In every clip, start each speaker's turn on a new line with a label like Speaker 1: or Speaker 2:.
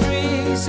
Speaker 1: was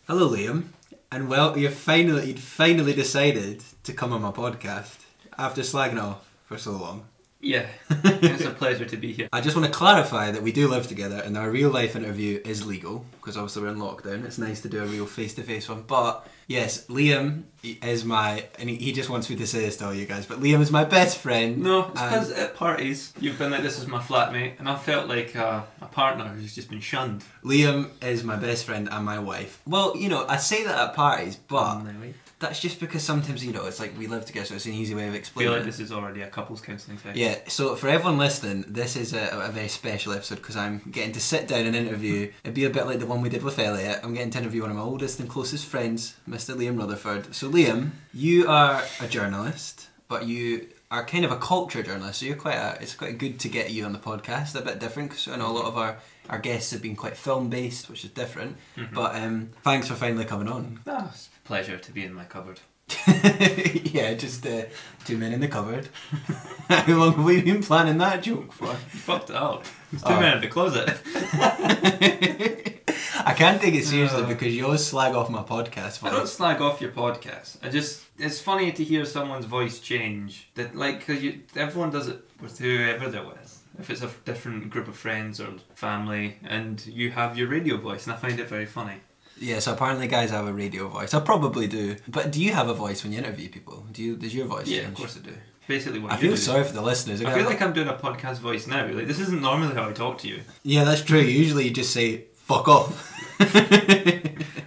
Speaker 2: Hello, Liam, and well, you finally you'd finally decided to come on my podcast after slagging off for so long.
Speaker 3: Yeah, it's a pleasure to be here.
Speaker 2: I just want to clarify that we do live together, and our real life interview is legal because obviously we're in lockdown. It's nice to do a real face to face one, but yes, Liam is my and he- he just wants me to say this to all you guys, but Liam is my best friend.
Speaker 3: No, it's
Speaker 2: and-
Speaker 3: because at parties you've been like, "This is my flatmate," and I felt like uh, a partner who's just been shunned.
Speaker 2: Liam is my best friend and my wife. Well, you know, I say that at parties, but
Speaker 3: Anyway,
Speaker 2: that's just because sometimes you know it's like we live together, so it's an easy way of
Speaker 3: I
Speaker 2: explaining.
Speaker 3: feel
Speaker 2: it.
Speaker 3: like this is already a couples counselling session.
Speaker 2: Yeah, so for everyone listening, this is a, a very special episode because I'm getting to sit down and interview. It'd be a bit like the one we did with Elliot. I'm getting to interview one of my oldest and closest friends, Mr. Liam Rutherford. So, Liam, you are a journalist, but you are kind of a culture journalist. So you're quite. A, it's quite good to get you on the podcast. A bit different because I know a lot of our our guests have been quite film based, which is different. But um, thanks for finally coming on.
Speaker 3: Ah, it's a pleasure to be in my cupboard.
Speaker 2: yeah, just uh, two men in the cupboard. How long have we been planning that joke for?
Speaker 3: You fucked it up. It's two
Speaker 2: Oh.
Speaker 3: men in the closet.
Speaker 2: I can't take it seriously
Speaker 3: Uh.
Speaker 2: because you always slag off my podcast for
Speaker 3: I don't
Speaker 2: it.
Speaker 3: slag off your podcast. I just it's funny to hear someone's voice change. That like because you everyone does it with whoever they're with. If it's a f- different group of friends or family, and you have your radio voice, and I find it very funny.
Speaker 2: Yeah, so apparently guys have a radio voice. I probably do. But do you have a voice when you interview people? Do you? Does your voice
Speaker 3: Yeah,
Speaker 2: change?
Speaker 3: of course I do. Basically, what
Speaker 2: I
Speaker 3: you
Speaker 2: feel
Speaker 3: do.
Speaker 2: sorry for the listeners.
Speaker 3: I feel like I'm doing a podcast voice now. Like this isn't normally how I talk to you,
Speaker 2: yeah, that's true. Usually you just say fuck off.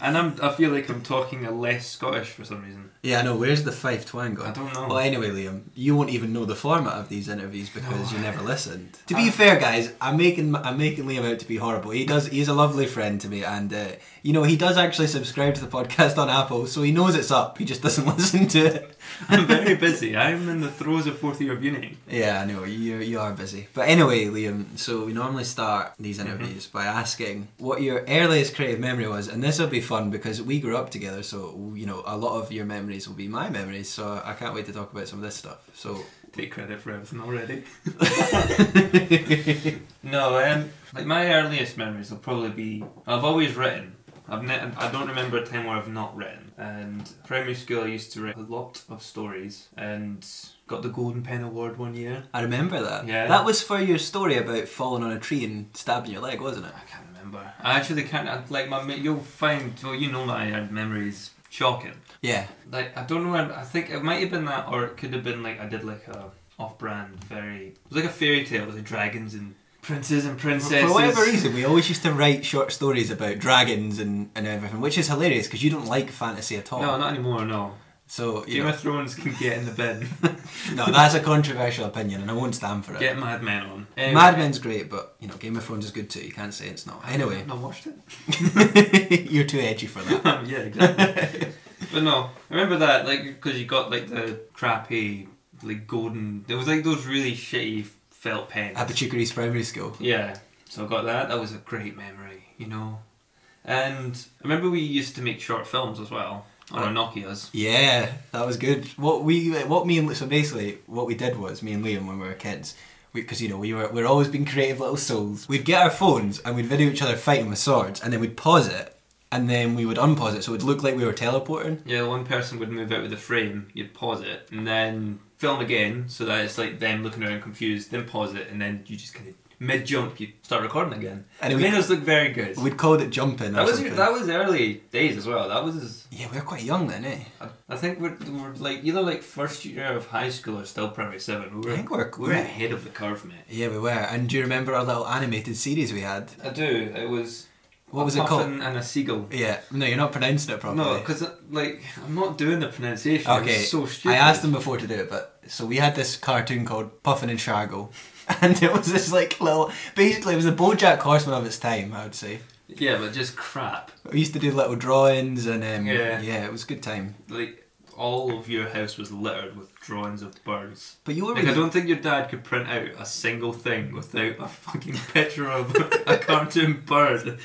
Speaker 3: and I'm I feel like I'm talking a less Scottish for some reason.
Speaker 2: Yeah, I know. Where's the five twang gone?
Speaker 3: I don't know.
Speaker 2: Well, anyway, Liam, you won't even know the format of these interviews because you never listened. To be fair, guys, I'm making I'm making Liam out to be horrible. He does. He's a lovely friend to me, and uh, you know he does actually subscribe to the podcast on Apple, so he knows it's up. He just doesn't listen to it.
Speaker 3: I'm very busy. I'm in the throes of fourth year of uni.
Speaker 2: Yeah, I know you you are busy. But anyway, Liam. So we normally start these
Speaker 3: Mm-hmm.
Speaker 2: interviews by asking what your earliest creative memory was, and this will be fun because we grew up together. So you know a lot of your memories will be my memories. So I can't wait to talk about some of this stuff. So
Speaker 3: Take credit for everything already. no, um, like my earliest memories will probably be I've always written. I've ne- I don't remember a time where I've not written. And primary school, I used to write a lot of stories and got the golden pen award one year.
Speaker 2: I remember that.
Speaker 3: Yeah.
Speaker 2: That was for your story about falling on a tree and stabbing your leg, wasn't it?
Speaker 3: I can't remember. I actually can't. I- Like my, me- you'll find. Well, you know my uh, memories shocking.
Speaker 2: Yeah.
Speaker 3: Like I don't know. where- I think it might have been that, or it could have been like I did like a off-brand, very. It was like a fairy tale. It was like dragons and princes and princesses.
Speaker 2: For whatever reason, we always used to write short stories about dragons and, and everything, which is hilarious because you don't like fantasy at all.
Speaker 3: No, not anymore. No,
Speaker 2: So, you
Speaker 3: Oh. Game
Speaker 2: know,
Speaker 3: of Thrones can get in the bin.
Speaker 2: no, that's a controversial opinion and I won't stand for it.
Speaker 3: get Mad Men on. Anyway,
Speaker 2: Mad Men's great, but you know Game of Thrones is good too. You can't say it's not. Anyway,
Speaker 3: I've not watched it.
Speaker 2: you're too edgy for that.
Speaker 3: yeah, exactly. but no, I remember that like because you got like the crappy like golden. There was like those really shitty felt pens.
Speaker 2: Apachuca East Primary School.
Speaker 3: Yeah, so I got that. That was a great memory, you know. And I remember we used to make short films as well on our
Speaker 2: Oh.
Speaker 3: Nokia's.
Speaker 2: Yeah, that was good. What we, what me and so basically what we did was me and Liam when we were kids, because you know we were we're always being creative little souls. We'd get our phones and we'd video each other fighting with swords, and then we'd pause it, and then we would unpause it, so it would look like we were teleporting.
Speaker 3: Yeah, one person would move out of the frame, you'd pause it, and then film again so that it's like them looking around confused, then pause it, and then you just kind of mid jump, you start recording again.
Speaker 2: And it
Speaker 3: And it
Speaker 2: would-
Speaker 3: made us look very good.
Speaker 2: We'd call it jumping. Or
Speaker 3: that was
Speaker 2: something.
Speaker 3: that was early days as well. That was
Speaker 2: Yeah, we were quite young then, eh?
Speaker 3: I- I think we're, we're like either like first year of high school or still primary seven. We were,
Speaker 2: I think we're-
Speaker 3: we were ahead of the curve, mate.
Speaker 2: Yeah, we were. And do you remember our little animated series we had?
Speaker 3: I do. It was
Speaker 2: What
Speaker 3: a
Speaker 2: was it called?
Speaker 3: puffin And a seagull.
Speaker 2: Yeah, no, you're not pronouncing it properly.
Speaker 3: No, because like I'm not doing the pronunciation.
Speaker 2: Okay,
Speaker 3: It's so stupid.
Speaker 2: I asked them before to do it, but so we had this cartoon called Puffin and Shargle, and it was this like little, basically it was the BoJack Horseman of its time, I would say.
Speaker 3: Yeah, but just crap.
Speaker 2: We used to do little drawings, and um, yeah.
Speaker 3: Yeah.
Speaker 2: it was a good time.
Speaker 3: Like all of your house was littered with drawings of birds.
Speaker 2: But you were
Speaker 3: Like I
Speaker 2: really-
Speaker 3: don't think your dad could print out a single thing without a fucking picture of a cartoon bird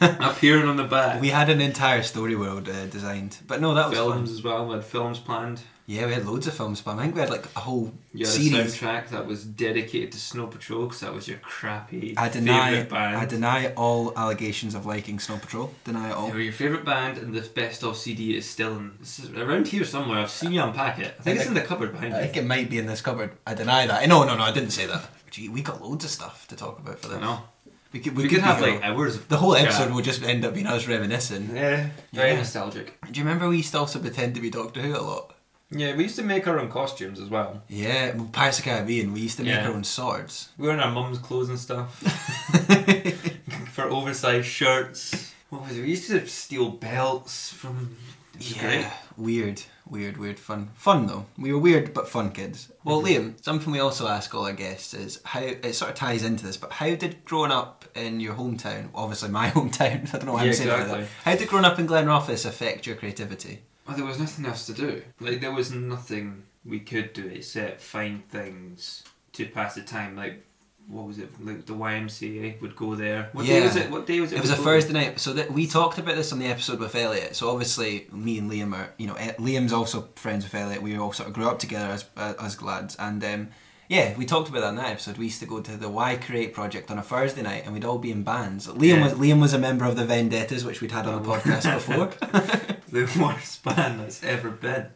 Speaker 3: appearing on the back.
Speaker 2: we had an entire story world uh, designed, but no, that was
Speaker 3: films
Speaker 2: fun.
Speaker 3: as well. We had films planned.
Speaker 2: Yeah, we had loads of films, but I think we had like a whole
Speaker 3: You had a
Speaker 2: series.
Speaker 3: soundtrack that was dedicated to Snow Patrol because that was your crappy
Speaker 2: I deny,
Speaker 3: favorite band.
Speaker 2: I deny all allegations of liking Snow Patrol. Deny it all.
Speaker 3: They were Oh, your favourite band, and the best of CD is still in, it's around here somewhere. I've seen you unpack it. I think it's in the cupboard behind
Speaker 2: I think
Speaker 3: you.
Speaker 2: it might be in this cupboard. I deny that. No, no, no, I didn't say that. Gee, we got loads of stuff to talk about for
Speaker 3: I
Speaker 2: this.
Speaker 3: know.
Speaker 2: We could,
Speaker 3: We,
Speaker 2: we
Speaker 3: could
Speaker 2: be
Speaker 3: have
Speaker 2: here
Speaker 3: like hours of
Speaker 2: The whole
Speaker 3: chat.
Speaker 2: episode will just end up being us reminiscing.
Speaker 3: Yeah, very
Speaker 2: Yeah.
Speaker 3: nostalgic.
Speaker 2: Do you remember we used to also pretend to be Doctor Who a lot?
Speaker 3: Yeah, we used to make our own costumes as well.
Speaker 2: Yeah, well, Pirates of the Caribbean, we used to make
Speaker 3: Yeah.
Speaker 2: our own swords.
Speaker 3: We were in our mum's clothes and stuff for oversized shirts. What was it? We used to steal belts from. it was great.
Speaker 2: Weird, weird, weird fun. Fun though. We were weird but fun kids. Well,
Speaker 3: Mhm.
Speaker 2: Liam, something we also ask all our guests is how it sort of ties into this, but how did growing up in your hometown, obviously my hometown, I don't know why I'm
Speaker 3: Yeah,
Speaker 2: saying it like that,
Speaker 3: exactly.
Speaker 2: how did growing up in Glenrothes affect your creativity?
Speaker 3: Well, Oh, there was nothing else to do. Like there was nothing we could do except find things to pass the time. Like what was it? Like the YMCA would go there. What day
Speaker 2: Yeah.
Speaker 3: was it? What day was it?
Speaker 2: It was a
Speaker 3: we go-
Speaker 2: Thursday night, so that we talked about this on the episode with Elliot. So obviously, me and Liam are, you know, eh, Liam's also friends with Elliot. We all sort of grew up together as uh, as lads, and um, yeah, we talked about that in that episode. We used to go to the Y Create project on a Thursday night, and we'd all be in bands. Liam
Speaker 3: Yeah. Oh.
Speaker 2: was Liam was a member of the Vendettas, which we'd had on the podcast before.
Speaker 3: The worst band that's ever been.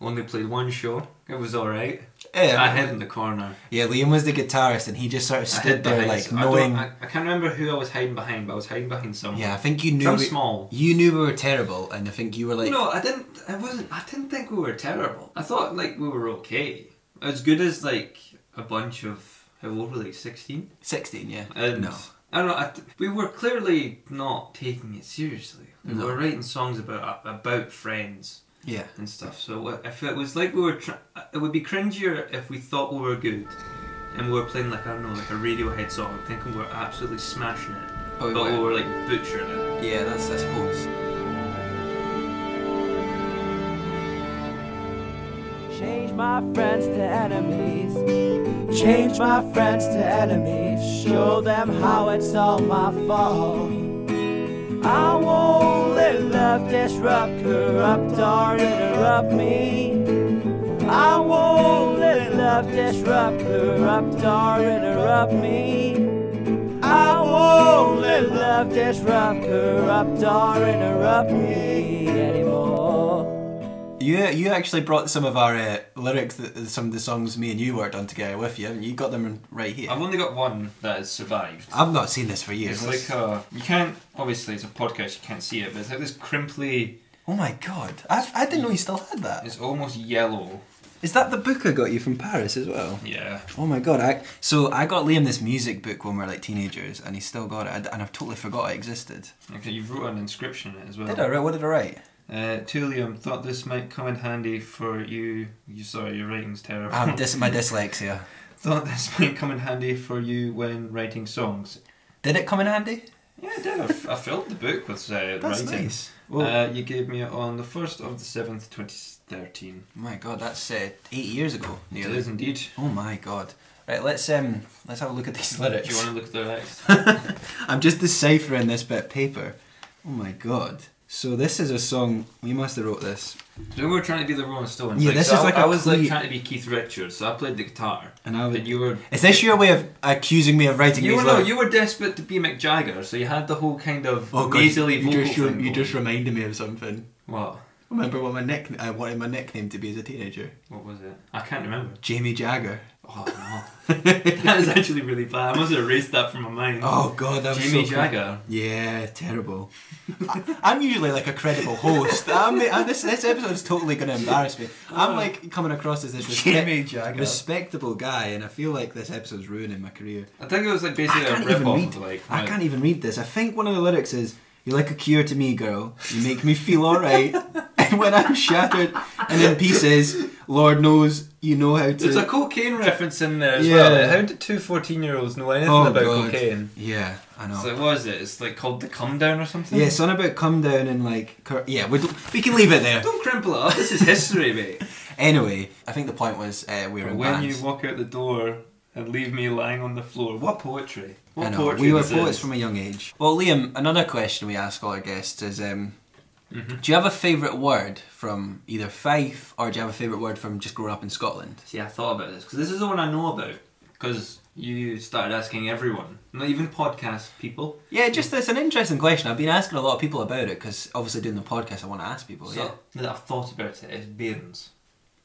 Speaker 3: Only played one show. It was all right. I
Speaker 2: yeah,
Speaker 3: hid in the corner.
Speaker 2: yeah, Liam was the guitarist, and he just sort of
Speaker 3: I
Speaker 2: stood
Speaker 3: hid
Speaker 2: there
Speaker 3: behind.
Speaker 2: like
Speaker 3: so I don't-
Speaker 2: knowing.
Speaker 3: I, I can't remember who I was hiding behind, but I was hiding behind someone.
Speaker 2: yeah, I think you knew
Speaker 3: Some
Speaker 2: we,
Speaker 3: small.
Speaker 2: you knew we were terrible, and I think you were like,
Speaker 3: no, I didn't. I wasn't. I didn't think we were terrible. I thought like we were okay, as good as like a bunch of how old were they? Sixteen.
Speaker 2: sixteen, yeah,
Speaker 3: And
Speaker 2: no.
Speaker 3: I don't know. I th- we were clearly not taking it seriously. Like,
Speaker 2: No.
Speaker 3: We were writing songs about about friends
Speaker 2: yeah.
Speaker 3: and stuff. So uh, if it was like we were, tr- it would be cringier if we thought we were good, and we were playing like I don't know, like a Radiohead song, thinking we're absolutely smashing it,
Speaker 2: But we
Speaker 3: but we
Speaker 2: weren't.
Speaker 3: were like butchering it.
Speaker 2: Yeah, that's I suppose.
Speaker 1: Change my friends to enemies. Change my friends to enemies. Show them how it's all my fault. I won't let love disrupt, corrupt, or interrupt me. I won't let love disrupt, corrupt, or interrupt me. I won't let love disrupt, corrupt, or interrupt me anymore.
Speaker 2: You you actually brought some of our uh, lyrics, that, some of the songs me and you worked on together with you. haven't You You got them right here.
Speaker 3: I've only got one that has survived.
Speaker 2: I've not seen this for years.
Speaker 3: It's like uh, a you can't obviously it's a podcast you can't see it, but it's like this crimply,
Speaker 2: oh my god, I've, I didn't know you still had that.
Speaker 3: it's almost yellow
Speaker 4: Is that the book I got you from Paris as well?
Speaker 3: Yeah.
Speaker 4: Oh my god! I
Speaker 2: So I got Liam this music book when we were like teenagers, and he's still got it, and I've totally forgot it existed.
Speaker 3: Okay, you've wrote an inscription in it as well.
Speaker 2: Did I? write- What did I write?
Speaker 3: Uh, Tullium thought this might come in handy for you. You sorry, your writing's terrible.
Speaker 2: I'm dis- my dyslexia.
Speaker 3: thought this might come in handy for you when writing songs.
Speaker 2: Did it come in handy?
Speaker 3: Yeah, I did. I, f- I filled the book with uh,
Speaker 2: That's
Speaker 3: writing.
Speaker 2: nice. Well,
Speaker 3: Uh, you gave me it on the first of the seventh, twenty thirteen.
Speaker 2: my God, that's uh, eight years ago.
Speaker 3: It
Speaker 2: Nearly.
Speaker 3: is indeed.
Speaker 2: Oh my God. Right, let's um, let's have a look at these
Speaker 3: Do
Speaker 2: lyrics.
Speaker 3: you want to look at the lyrics?
Speaker 2: I'm just deciphering this bit of paper. Oh my God. So this is a song. We must have wrote this,
Speaker 3: So we were trying to be the Rolling Stones.
Speaker 2: Yeah,
Speaker 3: like,
Speaker 2: this
Speaker 3: so
Speaker 2: is
Speaker 3: I-
Speaker 2: like a Oh.
Speaker 3: I was like
Speaker 2: cleat-
Speaker 3: trying to be Keith Richards, so I played the guitar.
Speaker 2: and I
Speaker 3: And
Speaker 2: would.
Speaker 3: you were
Speaker 2: Is this your way of accusing me of writing
Speaker 3: you
Speaker 2: these
Speaker 3: were no,
Speaker 2: lyrics?
Speaker 3: you were desperate to be Mick Jagger, so you had the whole kind of
Speaker 2: Oh God,
Speaker 3: nasally
Speaker 2: you
Speaker 3: vocal
Speaker 2: just,
Speaker 3: thing.
Speaker 2: you, you
Speaker 3: going.
Speaker 2: just reminded me of something.
Speaker 3: what?
Speaker 2: Remember what my nick I wanted my nickname to be as a teenager?
Speaker 3: What was it? I can't remember.
Speaker 2: Jamie Jagger.
Speaker 3: Oh no, that is actually really bad. I must have erased that from my mind.
Speaker 2: Oh God, that was so
Speaker 3: Jamie
Speaker 2: cool.
Speaker 3: Jagger.
Speaker 2: Yeah, terrible. I, am usually like a credible host. I'm, I, this this episode is totally going to embarrass me.
Speaker 3: Uh,
Speaker 2: I'm like coming across as this
Speaker 4: Jamie
Speaker 2: respect-
Speaker 4: Jagger.
Speaker 2: respectable guy, and I feel like this episode's ruining my career.
Speaker 3: I think it was like
Speaker 2: I
Speaker 3: basically a
Speaker 2: can't
Speaker 3: rip
Speaker 2: even
Speaker 3: off.
Speaker 2: read.
Speaker 3: Of, like
Speaker 2: I
Speaker 3: my-
Speaker 2: can't even read this. I think one of the lyrics is. You're like a cure to me, girl. You make me feel alright. and when I'm shattered and in pieces, Lord knows you know how to.
Speaker 3: There's a cocaine reference in there as
Speaker 2: Yeah.
Speaker 3: well. Like, how did two 14 year olds know anything
Speaker 2: Oh,
Speaker 3: about
Speaker 2: God.
Speaker 3: cocaine?
Speaker 2: yeah, I know.
Speaker 3: So what is it? It's like called the come down or something.
Speaker 2: Yeah, something about come down and like cur- yeah, we don't- we can leave it there.
Speaker 3: Don't crimple it up. This is history, mate.
Speaker 2: Anyway, I think the point was uh, we were in
Speaker 3: when
Speaker 2: bands.
Speaker 3: you walk out the door and leave me lying on the floor, what poetry? What
Speaker 2: I know,
Speaker 3: poetry?
Speaker 2: we were
Speaker 3: this
Speaker 2: poets
Speaker 3: is.
Speaker 2: from a young age. Well, Liam, another question we ask all our guests is: um,
Speaker 3: Mm-hmm.
Speaker 2: Do you have a favourite word from either Fife, or do you have a favourite word from just growing up in Scotland?
Speaker 3: See, I thought about this because this is the one I know about because you started asking everyone, not even podcast people.
Speaker 2: Yeah, just it's an interesting question. I've been asking a lot of people about it because obviously doing the podcast, I want to ask people.
Speaker 3: so
Speaker 2: yeah,
Speaker 3: that I've thought about it is Bairns.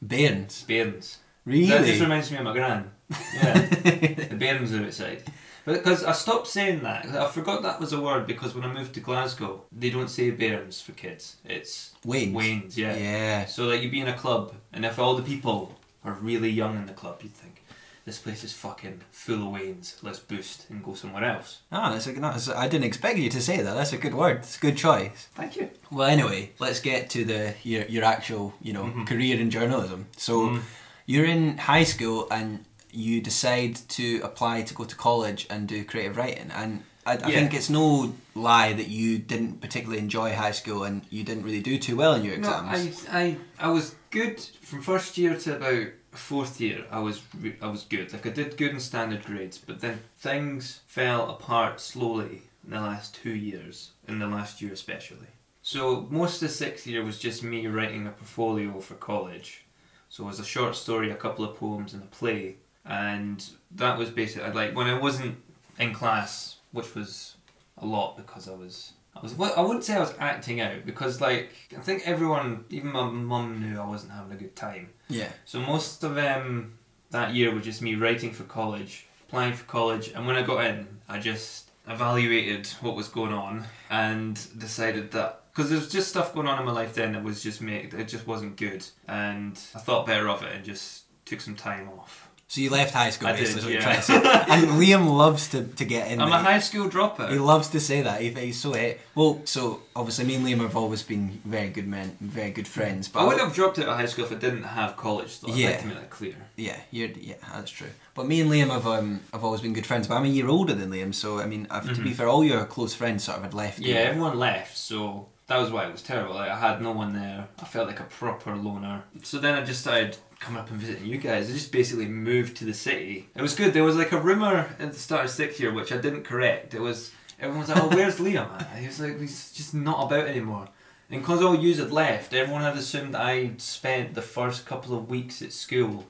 Speaker 2: Bairns,
Speaker 3: Bairns. That just
Speaker 2: really?
Speaker 3: reminds me of my gran. Yeah, the Bairns are outside. Because I stopped saying that. 'cause I forgot that was a word because when I moved to Glasgow, they don't say Bairns for kids. It's
Speaker 2: Wayne.
Speaker 3: Wains, yeah.
Speaker 2: Yeah.
Speaker 3: So like you'd be in a club, and if all the people are really young in the club, you'd think this place is fucking full of wains. Let's boost and go somewhere else.
Speaker 2: Ah, that's a, that's a, I didn't expect you to say that. That's a good word. It's a good choice.
Speaker 3: Thank you.
Speaker 2: Well, anyway, let's get to the your, your actual you know
Speaker 3: Mhm.
Speaker 2: career in journalism. So
Speaker 3: Mm.
Speaker 2: you're in high school and you decide to apply to go to college and do creative writing. And I, I
Speaker 3: Yeah.
Speaker 2: think it's no lie that you didn't particularly enjoy high school and you didn't really do too well in your
Speaker 3: No,
Speaker 2: exams.
Speaker 3: I, I I was good from first year to about fourth year. I was re- I was good. Like I did good in standard grades, but then things fell apart slowly in the last two years, in the last year especially. So most of the sixth year was just me writing a portfolio for college. So it was a short story, a couple of poems, and a play, and that was basically like when I wasn't in class, which was a lot because I was I was well, I wouldn't say I was acting out because like I think everyone, even my mum knew I wasn't having a good time.
Speaker 2: yeah.
Speaker 3: So most of um, that year was just me writing for college, applying for college, and when I got in, I just evaluated what was going on and decided that because there's just stuff going on in my life then that was just make it just wasn't good, and I thought better of it and just took some time off.
Speaker 2: So you left high school,
Speaker 3: I did,
Speaker 2: basically. is what you're
Speaker 3: yeah.
Speaker 2: trying to say. and Liam loves to, to get in.
Speaker 3: I'm
Speaker 2: there.
Speaker 3: a high school
Speaker 2: He
Speaker 3: dropout.
Speaker 2: loves to say that. He, he's so hit. Well, so obviously me and Liam have always been very good men, very good friends. But
Speaker 3: I would have dropped out of high school if I didn't have college though. I'd
Speaker 2: Yeah.
Speaker 3: like to make that clear.
Speaker 2: Yeah, you're, yeah, that's true. But me and Liam have um, have always been good friends. But I'm a year older than Liam, so I mean, I've, to be fair, all your close friends sort of had left. you.
Speaker 3: Mm-hmm. Yeah, everyone left, so that was why it was terrible. Like, I had no one there. I felt like a proper loner. So then I just started coming up and visiting you guys. I just basically moved to the city. It was good. There was like a rumor at the start of sixth year, which I didn't correct. It was everyone was like, "Oh, where's Liam?" at?" He was like, "He's just not about anymore." And because all yous had left, everyone had assumed I spent the first couple of weeks at school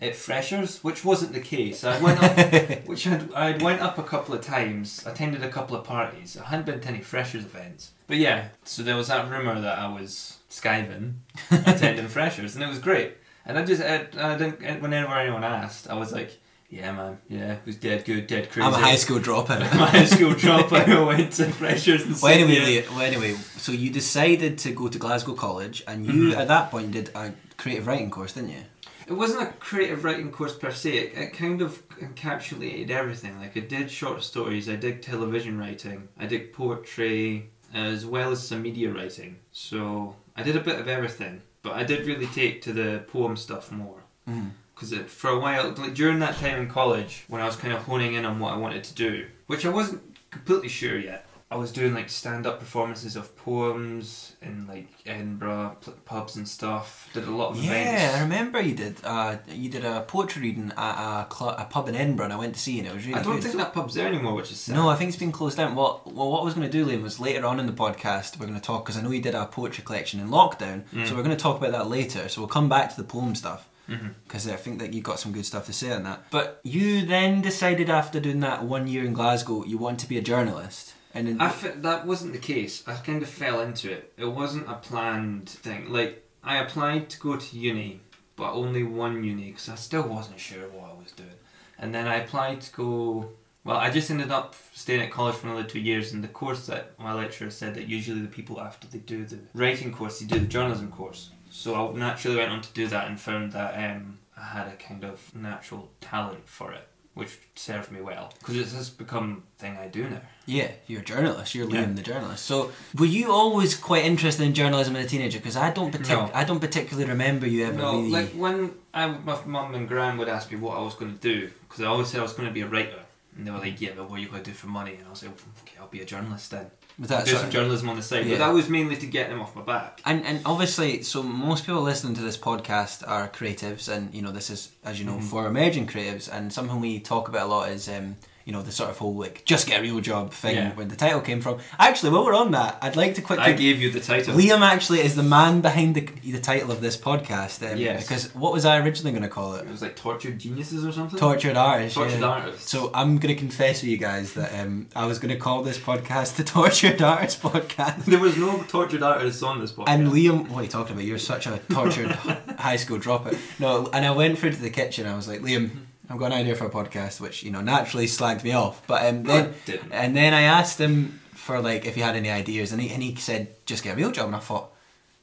Speaker 3: at Freshers, which wasn't the case. I went up, which I'd, I'd went up a couple of times, attended a couple of parties. I hadn't been to any Freshers events, but yeah. So there was that rumor that I was skiving, attending Freshers, and it was great. And I just, I, I didn't. Whenever anyone asked, I was like, "Yeah, man, yeah, it was dead good, dead crazy."
Speaker 2: I'm a high school dropout.
Speaker 3: My high school dropout who went to Freshers. And
Speaker 2: well,
Speaker 3: senior.
Speaker 2: anyway, Liam- well, anyway, so you
Speaker 3: Mm-hmm.
Speaker 2: decided to go to Glasgow College, and you at that point did a creative writing course, didn't you?
Speaker 3: it wasn't a creative writing course per se. It, it kind of encapsulated everything. Like I did short stories, I did television writing, I did poetry, as well as some media writing. So I did a bit of everything, but I did really take to the poem stuff more
Speaker 2: Mm.
Speaker 3: because for a while, like during that time in college, when I was kind of honing in on what I wanted to do, which I wasn't completely sure yet. I was doing like stand-up performances of poems in like Edinburgh pl- pubs and stuff. Did a lot of
Speaker 2: Yeah,
Speaker 3: events.
Speaker 2: I remember you did. Uh, you did a poetry reading at a, cl- a pub in Edinburgh, and I went to see, you, and it was really
Speaker 3: I don't
Speaker 2: good.
Speaker 3: think that pub's there anymore, which is sad.
Speaker 2: no, I think it's been closed down. What well, what I was going to do, Liam, was later on in the podcast we're going to talk because I know you did a poetry collection in lockdown,
Speaker 3: Mm.
Speaker 2: so we're going to talk about that later. So we'll come back to the poem stuff
Speaker 3: Mm-hmm.
Speaker 2: because I think that you got some good stuff to say on that. But you then decided after doing that one year in Glasgow, you wanted to be a journalist, and then
Speaker 3: I fe- that wasn't the case. I kind of fell into it. It wasn't a planned thing. Like I applied to go to uni, but only one uni because I still wasn't sure what I was doing. And then I applied to go. Well, I just ended up staying at college for another two years, and the course that my lecturer said that usually the people after they do the writing course, they do the journalism course. So I naturally went on to do that and found that um, I had a kind of natural talent for it, which served me well because it's just become a thing I do now.
Speaker 2: Yeah, you're a journalist. You're Liam,
Speaker 3: Yeah.
Speaker 2: the journalist. So, were you always quite interested in journalism as a teenager? Because I don't partic-
Speaker 3: No.
Speaker 2: I don't particularly remember you ever
Speaker 3: No,
Speaker 2: really.
Speaker 3: like when I, my mum and gran would ask me what I was going to do, because I always said I was going to be a writer, and they were like, "Yeah, but what are you going to do for money?" And I was like, "Okay, I'll be a journalist then.
Speaker 2: was that
Speaker 3: do
Speaker 2: sort
Speaker 3: some
Speaker 2: of-
Speaker 3: journalism on the side."
Speaker 2: Yeah.
Speaker 3: But that was mainly to get them off my back.
Speaker 2: and and obviously, so most people listening to this podcast are creatives, and you know this is as you know
Speaker 3: Mm-hmm.
Speaker 2: for emerging creatives, and something we talk about a lot is. Um, you know the sort of whole like just get a real job thing
Speaker 3: Yeah.
Speaker 2: when the title came from. Actually, while we're on that, I'd like to quickly
Speaker 3: I gave you the title.
Speaker 2: Liam actually is the man behind the, the title of this podcast. Um,
Speaker 3: Yes.
Speaker 2: Because what was I originally going to call it?
Speaker 3: It was like tortured geniuses or something.
Speaker 2: Tortured artist.
Speaker 3: tortured
Speaker 2: yeah.
Speaker 3: artists.
Speaker 2: So I'm going to confess to you guys that um, I was going to call this podcast the Tortured Artist Podcast.
Speaker 3: there was no tortured artists on this podcast.
Speaker 2: And Liam, what are you talking about? You're such a tortured high school dropout. No, and I went through to the kitchen. I was like, Liam,
Speaker 3: Mm-hmm.
Speaker 2: I've got an idea for a podcast, which you know naturally slagged me off. But um,
Speaker 3: No, it
Speaker 2: then,
Speaker 3: didn't.
Speaker 2: and then I asked him for like if he had any ideas, and he and he said just get a real job. And I thought,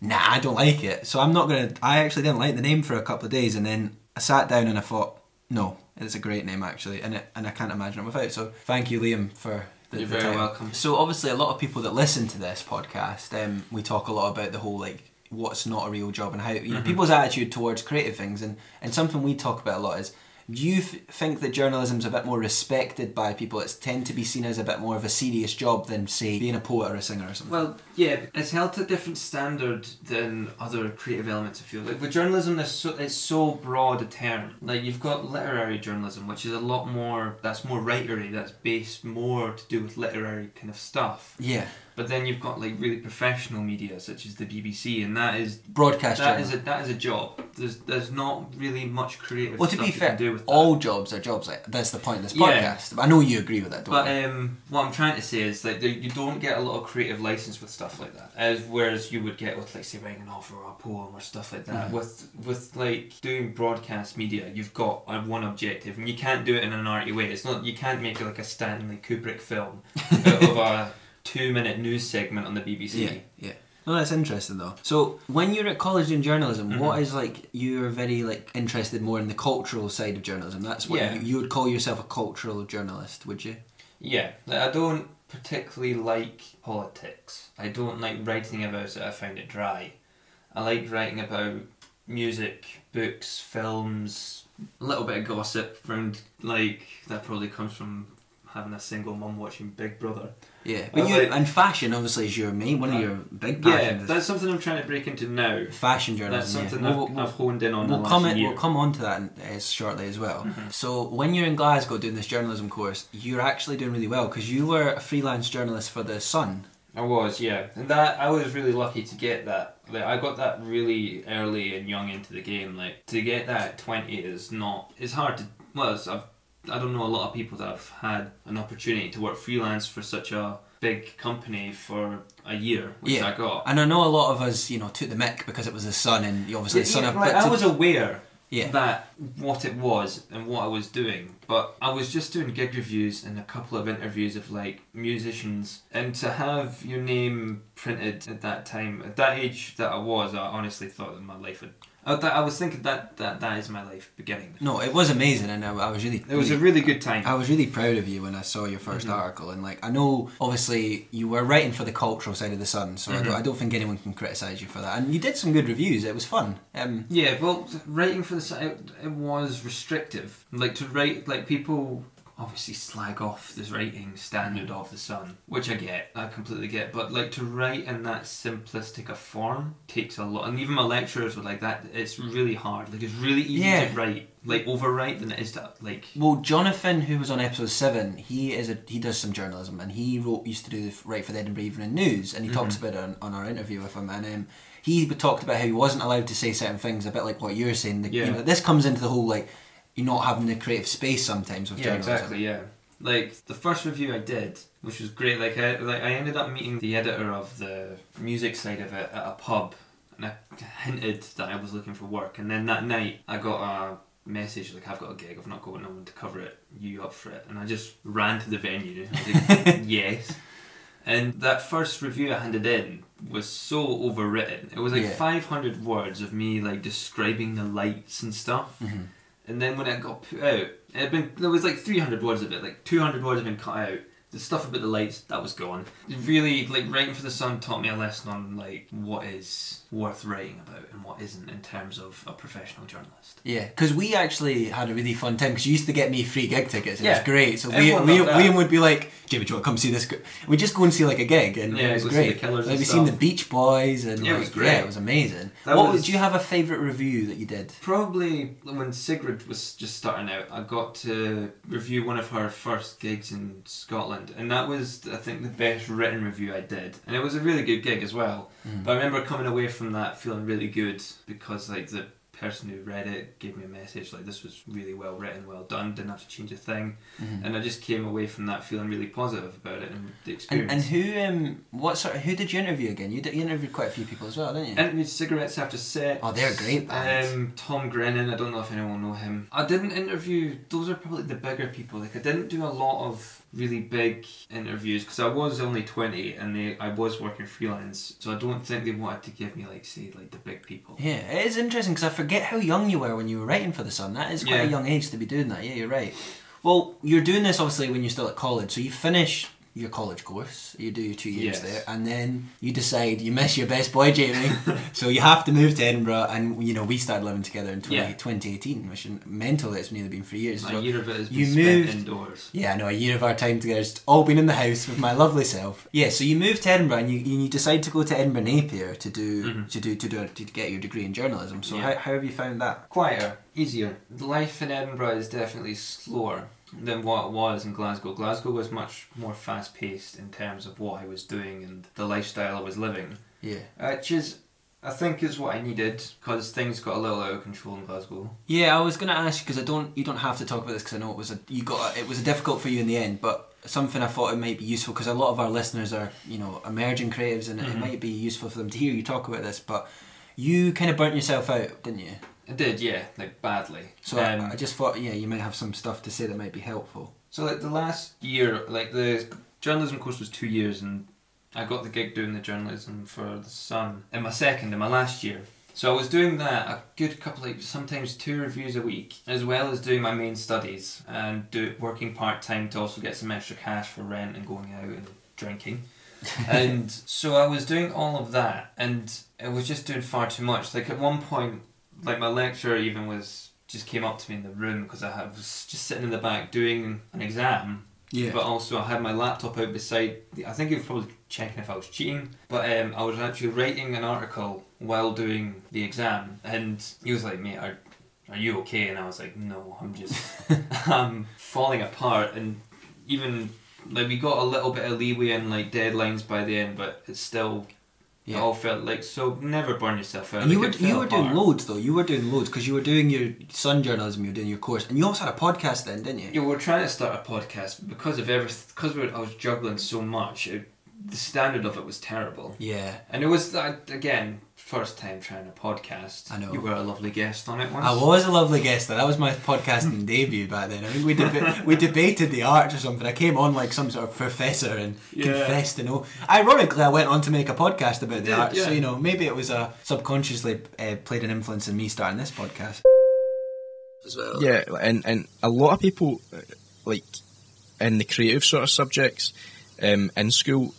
Speaker 2: nah, I don't like it. So I'm not gonna. I actually didn't like the name for a couple of days, and then I sat down and I thought, no, it's a great name actually, and it, and I can't imagine it without. So thank you, Liam, for. The,
Speaker 3: You're
Speaker 2: the
Speaker 3: very
Speaker 2: title.
Speaker 3: welcome.
Speaker 2: So obviously, a lot of people that listen to this podcast, um, we talk a lot about the whole like what's not a real job and how you
Speaker 3: Mm-hmm.
Speaker 2: know people's attitude towards creative things, and and something we talk about a lot is. Do you f- think that journalism's a bit more respected by people? It's tend to be seen as a bit more of a serious job than, say, being a poet or a singer or something.
Speaker 3: Well, yeah, it's held to a different standard than other creative elements. I feel like with journalism, there's so, it's so broad a term. Like you've got literary journalism, which is a lot more. That's more writery. That's based more to do with literary kind of stuff.
Speaker 2: yeah,
Speaker 3: But then you've got like really professional media, such as the BBC, and that is
Speaker 2: broadcast
Speaker 3: that is
Speaker 2: journalism.
Speaker 3: a that is a job. There's there's not really much creative.
Speaker 2: well, to
Speaker 3: stuff
Speaker 2: be
Speaker 3: you
Speaker 2: fair,
Speaker 3: can do with that.
Speaker 2: all jobs are jobs. Like, that's the point of this
Speaker 3: Yeah.
Speaker 2: podcast. But I know you agree with that, don't
Speaker 3: But
Speaker 2: you?
Speaker 3: um, what I'm trying to say is that there, you don't get a lot of creative license with stuff like that, as whereas you would get with like say writing an offer or a poem or stuff like that.
Speaker 2: Mhm.
Speaker 3: With with like doing broadcast media, you've got uh, one objective, and you can't do it in an arty way. It's not you can't make like a Stanley Kubrick film out of a two minute news segment on the BBC.
Speaker 2: Yeah, yeah. No, that's interesting though. So when you're at college in journalism, what
Speaker 3: Mm-hmm.
Speaker 2: is like you're very like interested more in the cultural side of journalism? That's what
Speaker 3: Yeah.
Speaker 2: you, you would call yourself a cultural journalist, would you?
Speaker 3: Yeah, like, I don't particularly like politics. I don't like writing about it. I find it dry. I like writing about music, books, films, a little bit of gossip. Around like that probably comes from having a single mum watching Big Brother.
Speaker 2: Yeah, but
Speaker 3: Well,
Speaker 2: you
Speaker 3: like-
Speaker 2: and fashion obviously is your main one of your big
Speaker 3: Yeah,
Speaker 2: passions. is
Speaker 3: that's something I'm trying to break into now.
Speaker 2: fashion
Speaker 3: That's
Speaker 2: journalism. yeah.
Speaker 3: something
Speaker 2: We'll-
Speaker 3: I've, I've honed in on.
Speaker 2: We'll
Speaker 3: the
Speaker 2: come
Speaker 3: last
Speaker 2: in,
Speaker 3: year. Mm-hmm.
Speaker 2: we'll come on to that in, uh, shortly as well. So when you're in Glasgow doing this journalism course, you're actually doing really well because you were a freelance journalist for the Sun.
Speaker 3: I was, yeah, and that I was really lucky to get that. Like, I got that really early and young into the game. Like to get that at twenty is not. It's hard to. Well, it's, I've. I don't know a lot of people that have had an opportunity to work freelance for such a big company for a year, which
Speaker 2: Yeah.
Speaker 3: I got.
Speaker 2: And I know a lot of us, you know, took the mick because it was the Sun, and you obviously
Speaker 3: Yeah,
Speaker 2: the Sun.
Speaker 3: yeah,
Speaker 2: are-
Speaker 3: like,
Speaker 2: but
Speaker 3: I
Speaker 2: to-
Speaker 3: was aware
Speaker 2: Yeah.
Speaker 3: that what it was and what I was doing, but I was just doing gig reviews and a couple of interviews of like musicians, and to have your name printed at that time, at that age that I was, I honestly thought that my life would I, that, I was thinking that, that that is my life beginning.
Speaker 2: No, it was amazing, and I, I was really.
Speaker 3: It was a
Speaker 2: really-
Speaker 3: really good time.
Speaker 2: I was really proud of you when I saw your 1st
Speaker 3: Mhm.
Speaker 2: article, and like I know, obviously you were writing for the cultural side of the Sun, so I,
Speaker 3: Mhm.
Speaker 2: don't, I don't think anyone can criticise you for that. And you did some good reviews; it was fun. Um,
Speaker 3: Yeah, well, writing for the site it, it was restrictive. Like to write, like people obviously slag off the writing standard of the Sun, which I get, I completely get. But like to write in that simplistic a form takes a lot, and even my lecturers were like that. It's really hard. Like it's really easy
Speaker 2: Yeah.
Speaker 3: to write, like overwrite, than it is to like.
Speaker 2: well, Jonathan, who was on episode seven, he is a he does some journalism, and he wrote used to do the write for the Edinburgh Evening News, and he talks
Speaker 3: Mm-hmm.
Speaker 2: about it on, on our interview with him, and um, he talked about how he wasn't allowed to say certain things, a bit like what you're saying. The, you
Speaker 3: Yeah.
Speaker 2: know, this comes into the whole like you not having the creative space sometimes with
Speaker 3: Yeah,
Speaker 2: journalism.
Speaker 3: exactly. Yeah, like the first review I did, which was great. Like I, like I ended up meeting the editor of the music side of it at a pub, and I hinted that I was looking for work. And then that night, I got a message like I've got a gig. I've not got no one to cover it. You up for it? And I just ran to the venue. I was like, yes. And that first review I handed in was so overwritten. It was like
Speaker 2: Yeah.
Speaker 3: 500 words of me like describing the lights and stuff.
Speaker 2: Mm-hmm.
Speaker 3: And then when it got put out, it had been there was like 300 words of it, like 200 words had been cut out. The stuff about the lights that was gone. It really, like writing for the Sun taught me a lesson on like what is worth writing about and what isn't in terms of a professional journalist.
Speaker 2: Yeah, because we actually had a really fun time because you used to get me free gig tickets. It
Speaker 3: Yeah.
Speaker 2: was great. So Liam,
Speaker 3: Everyone
Speaker 2: Liam,
Speaker 3: loved that.
Speaker 2: Liam would be like, "Jimmy, do you want to come see this?" g-" We just go and see like a gig, and
Speaker 3: Yeah,
Speaker 2: it was
Speaker 3: go see
Speaker 2: great.
Speaker 3: the Killers
Speaker 2: like
Speaker 3: and
Speaker 2: we seen the
Speaker 3: stuff.
Speaker 2: Beach Boys, and
Speaker 3: Yeah, it
Speaker 2: like,
Speaker 3: was great.
Speaker 2: Yeah, it was amazing.
Speaker 3: That
Speaker 2: what
Speaker 3: was-
Speaker 2: was? Do you have a favorite review that you did?
Speaker 3: Probably when Sigrid was just starting out, I got to review one of her first gigs in Scotland, and that was, I think, the best written review I did. And it was a really good gig as well. But I remember coming away from that feeling really good because like the person who read it gave me a message like this was really well written, well done, didn't have to change a thing,
Speaker 2: Mhm.
Speaker 3: and I just came away from that feeling really positive about it and the
Speaker 2: And, and
Speaker 3: experience.
Speaker 2: who? Um, what sort? Who did you interview again? You, did, you interviewed quite a few people as well, didn't you?
Speaker 3: Interviewed cigarettes after set.
Speaker 2: Oh, they're a great band.
Speaker 3: Um, Tom Grennan. I don't know if anyone know him. I didn't interview. Those are probably the bigger people. Like I didn't do a lot of really big interviews because I was only twenty and they, I was working freelance, so I don't think they wanted to give me like say like the big people.
Speaker 2: yeah, it is interesting because I forget how young you were when you were writing for the Sun. That is quite
Speaker 3: Yeah.
Speaker 2: a young age to be doing that. Yeah, you're right. Well, you're doing this obviously when you're still at college, so you finish your college course, you do your two years
Speaker 3: Yes.
Speaker 2: there, and then you decide you miss your best boy Jamie, so you have to move to Edinburgh, and you know we started living together in 20,
Speaker 3: Yeah.
Speaker 2: 2018, which in- mentally it's nearly been three years.
Speaker 3: My
Speaker 2: so-
Speaker 3: year of it has been
Speaker 2: you
Speaker 3: spent
Speaker 2: moved-
Speaker 3: indoors.
Speaker 2: yeah, I know. A year of our time together's all been in the house with my lovely self. Yeah, so you moved to Edinburgh and you, you decide to go to Edinburgh Napier to do
Speaker 3: Mhm.
Speaker 2: to do to do to get your degree in journalism. So
Speaker 3: Yeah.
Speaker 2: how, how have you found that?
Speaker 3: Quieter, easier. The life in Edinburgh is definitely slower than what it was in Glasgow. Glasgow was much more fast paced in terms of what I was doing and the lifestyle I was living,
Speaker 2: Yeah,
Speaker 3: which is, I think, is what I needed because things got a little out of control in Glasgow.
Speaker 2: yeah. I was gonna ask because I don't you don't have to talk about this because I know it was a you got it was a difficult for you in the end, but something I thought it might be useful because a lot of our listeners are you know emerging creatives and it
Speaker 3: Mhm.
Speaker 2: might be useful for them to hear you talk about this. But you kind of burnt yourself out, didn't you?
Speaker 3: It did, yeah, like badly.
Speaker 2: So I-
Speaker 3: Um,
Speaker 2: I just thought yeah, you might have some stuff to say that might be helpful.
Speaker 3: So like the last year, like the journalism course was two years, and I got the gig doing the journalism for the Sun in my second, in my last year. So I was doing that a good couple, like sometimes two reviews a week, as well as doing my main studies and do working part time to also get some extra cash for rent and going out and drinking. and so I was doing all of that, and I was just doing far too much. Like at one point, like my lecturer even was just came up to me in the room because I had- was just sitting in the back doing an exam,
Speaker 2: Yeah.
Speaker 3: but also I had my laptop out beside. The, I think he was probably checking if I was cheating, but um, I was actually writing an article while doing the exam, and he was like, "Mate, are, are you okay?" And I was like, "No, I'm just I'm falling apart." And even like we got a little bit of leeway and like deadlines by the end, but it's still. It
Speaker 2: Yeah.
Speaker 3: all felt like so. Never burn yourself out.
Speaker 2: And you were
Speaker 3: like, it
Speaker 2: you
Speaker 3: fell
Speaker 2: were doing
Speaker 3: apart.
Speaker 2: loads though. You were doing loads because you were doing your sun journalism. You were doing your course, and you also had a podcast then, didn't you?
Speaker 3: Yeah, we were trying to start a podcast but because of everything. Because I was juggling so much, it the standard of it was terrible.
Speaker 2: Yeah.
Speaker 3: And it was that again, first time trying a podcast.
Speaker 2: I know.
Speaker 3: you were a lovely guest on it once.
Speaker 2: I was a lovely guest. though. That was my podcasting debut back then. I think we deba- we debated the arts or something. I came on like some sort of professor and
Speaker 3: Yeah.
Speaker 2: confessed and all. Ironically, I went on to make a podcast about the
Speaker 3: did,
Speaker 2: arts. So
Speaker 3: yeah.
Speaker 2: you know, maybe it was a subconsciously uh, played an influence in me starting this podcast.
Speaker 1: as well.
Speaker 5: Yeah, and and a lot of people uh, like in the creative sort of subjects um, in school,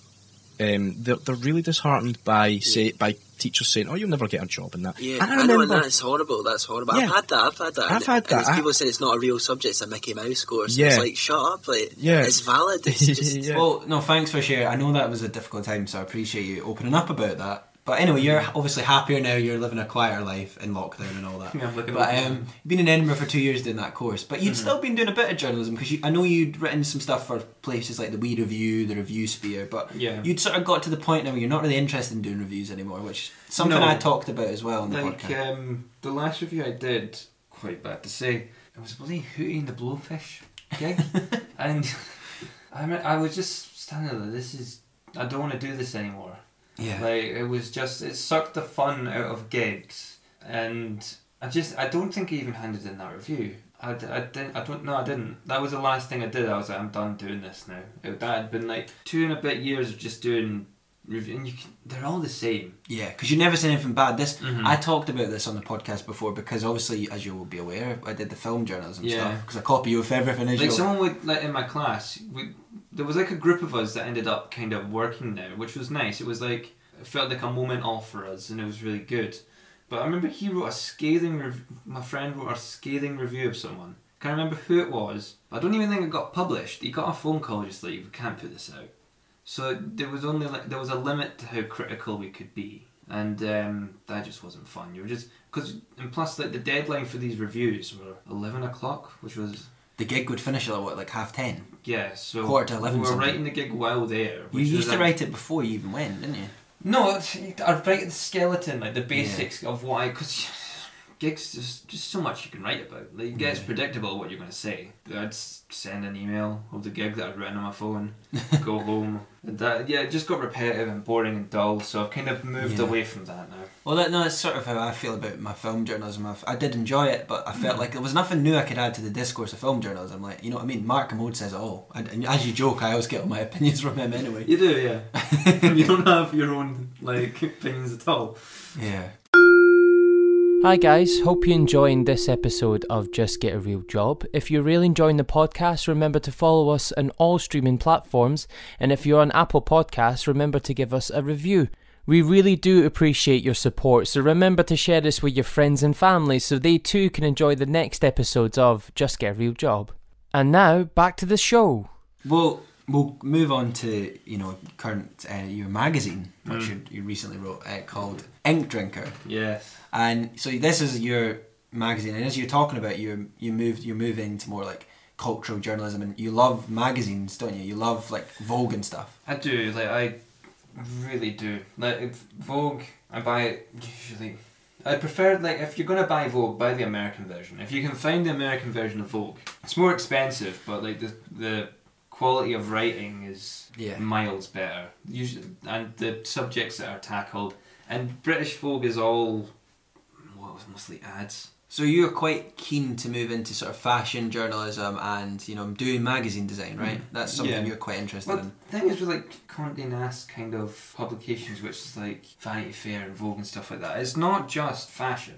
Speaker 5: um, they're they're really disheartened by say by teachers saying, "Oh, you'll never get a job in that."
Speaker 6: Yeah,
Speaker 5: And
Speaker 6: I, know, and that's horrible. That's horrible. I've
Speaker 5: Yeah.
Speaker 6: had that. I've had that.
Speaker 5: I've
Speaker 6: and,
Speaker 5: had
Speaker 6: and it's
Speaker 5: that. I-
Speaker 6: people saying it's not a real subject. It's a Mickey Mouse course.
Speaker 5: Yeah.
Speaker 6: It's like shut up. Like
Speaker 5: Yeah.
Speaker 6: it's valid. It's just
Speaker 5: Yeah.
Speaker 2: Well, no, thanks for sharing. I know that was a difficult time, so I appreciate you opening up about that. But anyway, you're obviously happier now. You're living a quieter life in lockdown and all that.
Speaker 3: Yeah, I'm looking
Speaker 2: but
Speaker 3: at-
Speaker 2: um, you've been in Edinburgh for two years doing that course, but
Speaker 3: Mm-hmm.
Speaker 2: you'd still been doing a bit of journalism because I know you'd written some stuff for places like the Wee Review, the Review Sphere. But
Speaker 3: Yeah.
Speaker 2: you'd sort of got to the point now where you're not really interested in doing reviews anymore, which is something
Speaker 3: No.
Speaker 2: I talked about as well on the
Speaker 3: like
Speaker 2: podcast.
Speaker 3: um, the last review I did, quite bad to say, it was bloody Hootie and the Blowfish gig, and I mean, I was just standing there. This is I don't want to do this anymore.
Speaker 2: yeah.
Speaker 3: Like it was just it sucked the fun out of gigs, and I just I don't think I even handed in that review. I, d- I didn't I don't know I didn't. That was the last thing I did. I was like I'm done doing this now. It, that had been like two and a bit years of just doing review, and you can, they're all the same.
Speaker 2: Yeah, because you never say anything bad. This
Speaker 3: Mhm.
Speaker 2: I talked about this on the podcast before because obviously, as you will be aware, I did the film journalism
Speaker 3: Yeah.
Speaker 2: stuff because I copy you with everything. As
Speaker 3: Like
Speaker 2: you
Speaker 3: someone would like in my class, we, there was like a group of us that ended up kind of working there, which was nice. It was like it felt like a moment off for us, and it was really good. But I remember he wrote a scathing. Rev- my friend wrote a scathing review of someone. Can't remember who it was. I don't even think it got published. He got a phone call just like we can't put this out. So there was only like there was a limit to how critical we could be, and um, that just wasn't fun. You were just because and plus like the deadline for these reviews were eleven o'clock, which was
Speaker 2: the gig would finish at what, like half ten.
Speaker 3: yeah, so
Speaker 2: Quarter to 11
Speaker 3: We were
Speaker 2: something.
Speaker 3: writing the gig while there.
Speaker 2: You
Speaker 3: which was
Speaker 2: used to
Speaker 3: a-
Speaker 2: write it before you even went, didn't you?
Speaker 3: No, it's- I'd write the skeleton, like the basics of why, because gigs there's just so much you can write about. Like, it gets predictable what you're going to say. I'd s- send an email of the gig that I'd written on my phone, go home. And that yeah, it just got repetitive and boring and dull. So I've kind of moved
Speaker 2: Yeah.
Speaker 3: away from that now.
Speaker 2: Well, that, no, that's sort of how I feel about my film journalism. I've, I did enjoy it, but I felt like there was nothing new I could add to the discourse of film journalism. Like, you know what I mean? Mark Commode says it all. And, and as you joke, I always get all my opinions from him anyway.
Speaker 3: You do, yeah. you don't have your own like opinions at all.
Speaker 2: Yeah.
Speaker 1: Hi guys, hope you're enjoying this episode of Just Get a Real Job. If you're really enjoying the podcast, remember to follow us on all streaming platforms. And if you're on Apple Podcasts, remember to give us a review. We really do appreciate your support, so remember to share this with your friends and family so they too can enjoy the next episodes of Just Get a Real Job. And now, back to the show.
Speaker 2: Well, we'll move on to you know current uh, your magazine, which
Speaker 3: Mm.
Speaker 2: you, you recently wrote uh, called Ink Drinker,
Speaker 3: Yes.
Speaker 2: and so this is your magazine. And as you're talking about, you you moved you move into more like cultural journalism, and you love magazines, don't you? You love like Vogue and stuff.
Speaker 3: I do, like I really do. Like if Vogue, I buy it usually. I prefer like if you're gonna buy Vogue, buy the American version. If you can find the American version of Vogue, it's more expensive, but like the the quality of writing is
Speaker 2: Yeah.
Speaker 3: miles better. Usually, and the subjects that are tackled and British Vogue is all what was mostly ads.
Speaker 2: So you're quite keen to move into sort of fashion journalism and you know doing magazine design, right? That's something
Speaker 3: Mm. Yeah.
Speaker 2: you're quite interested
Speaker 3: Well,
Speaker 2: in.
Speaker 3: the thing is with like Condé Nast kind of publications, which is like Vanity Fair and Vogue and stuff like that, it's not just fashion.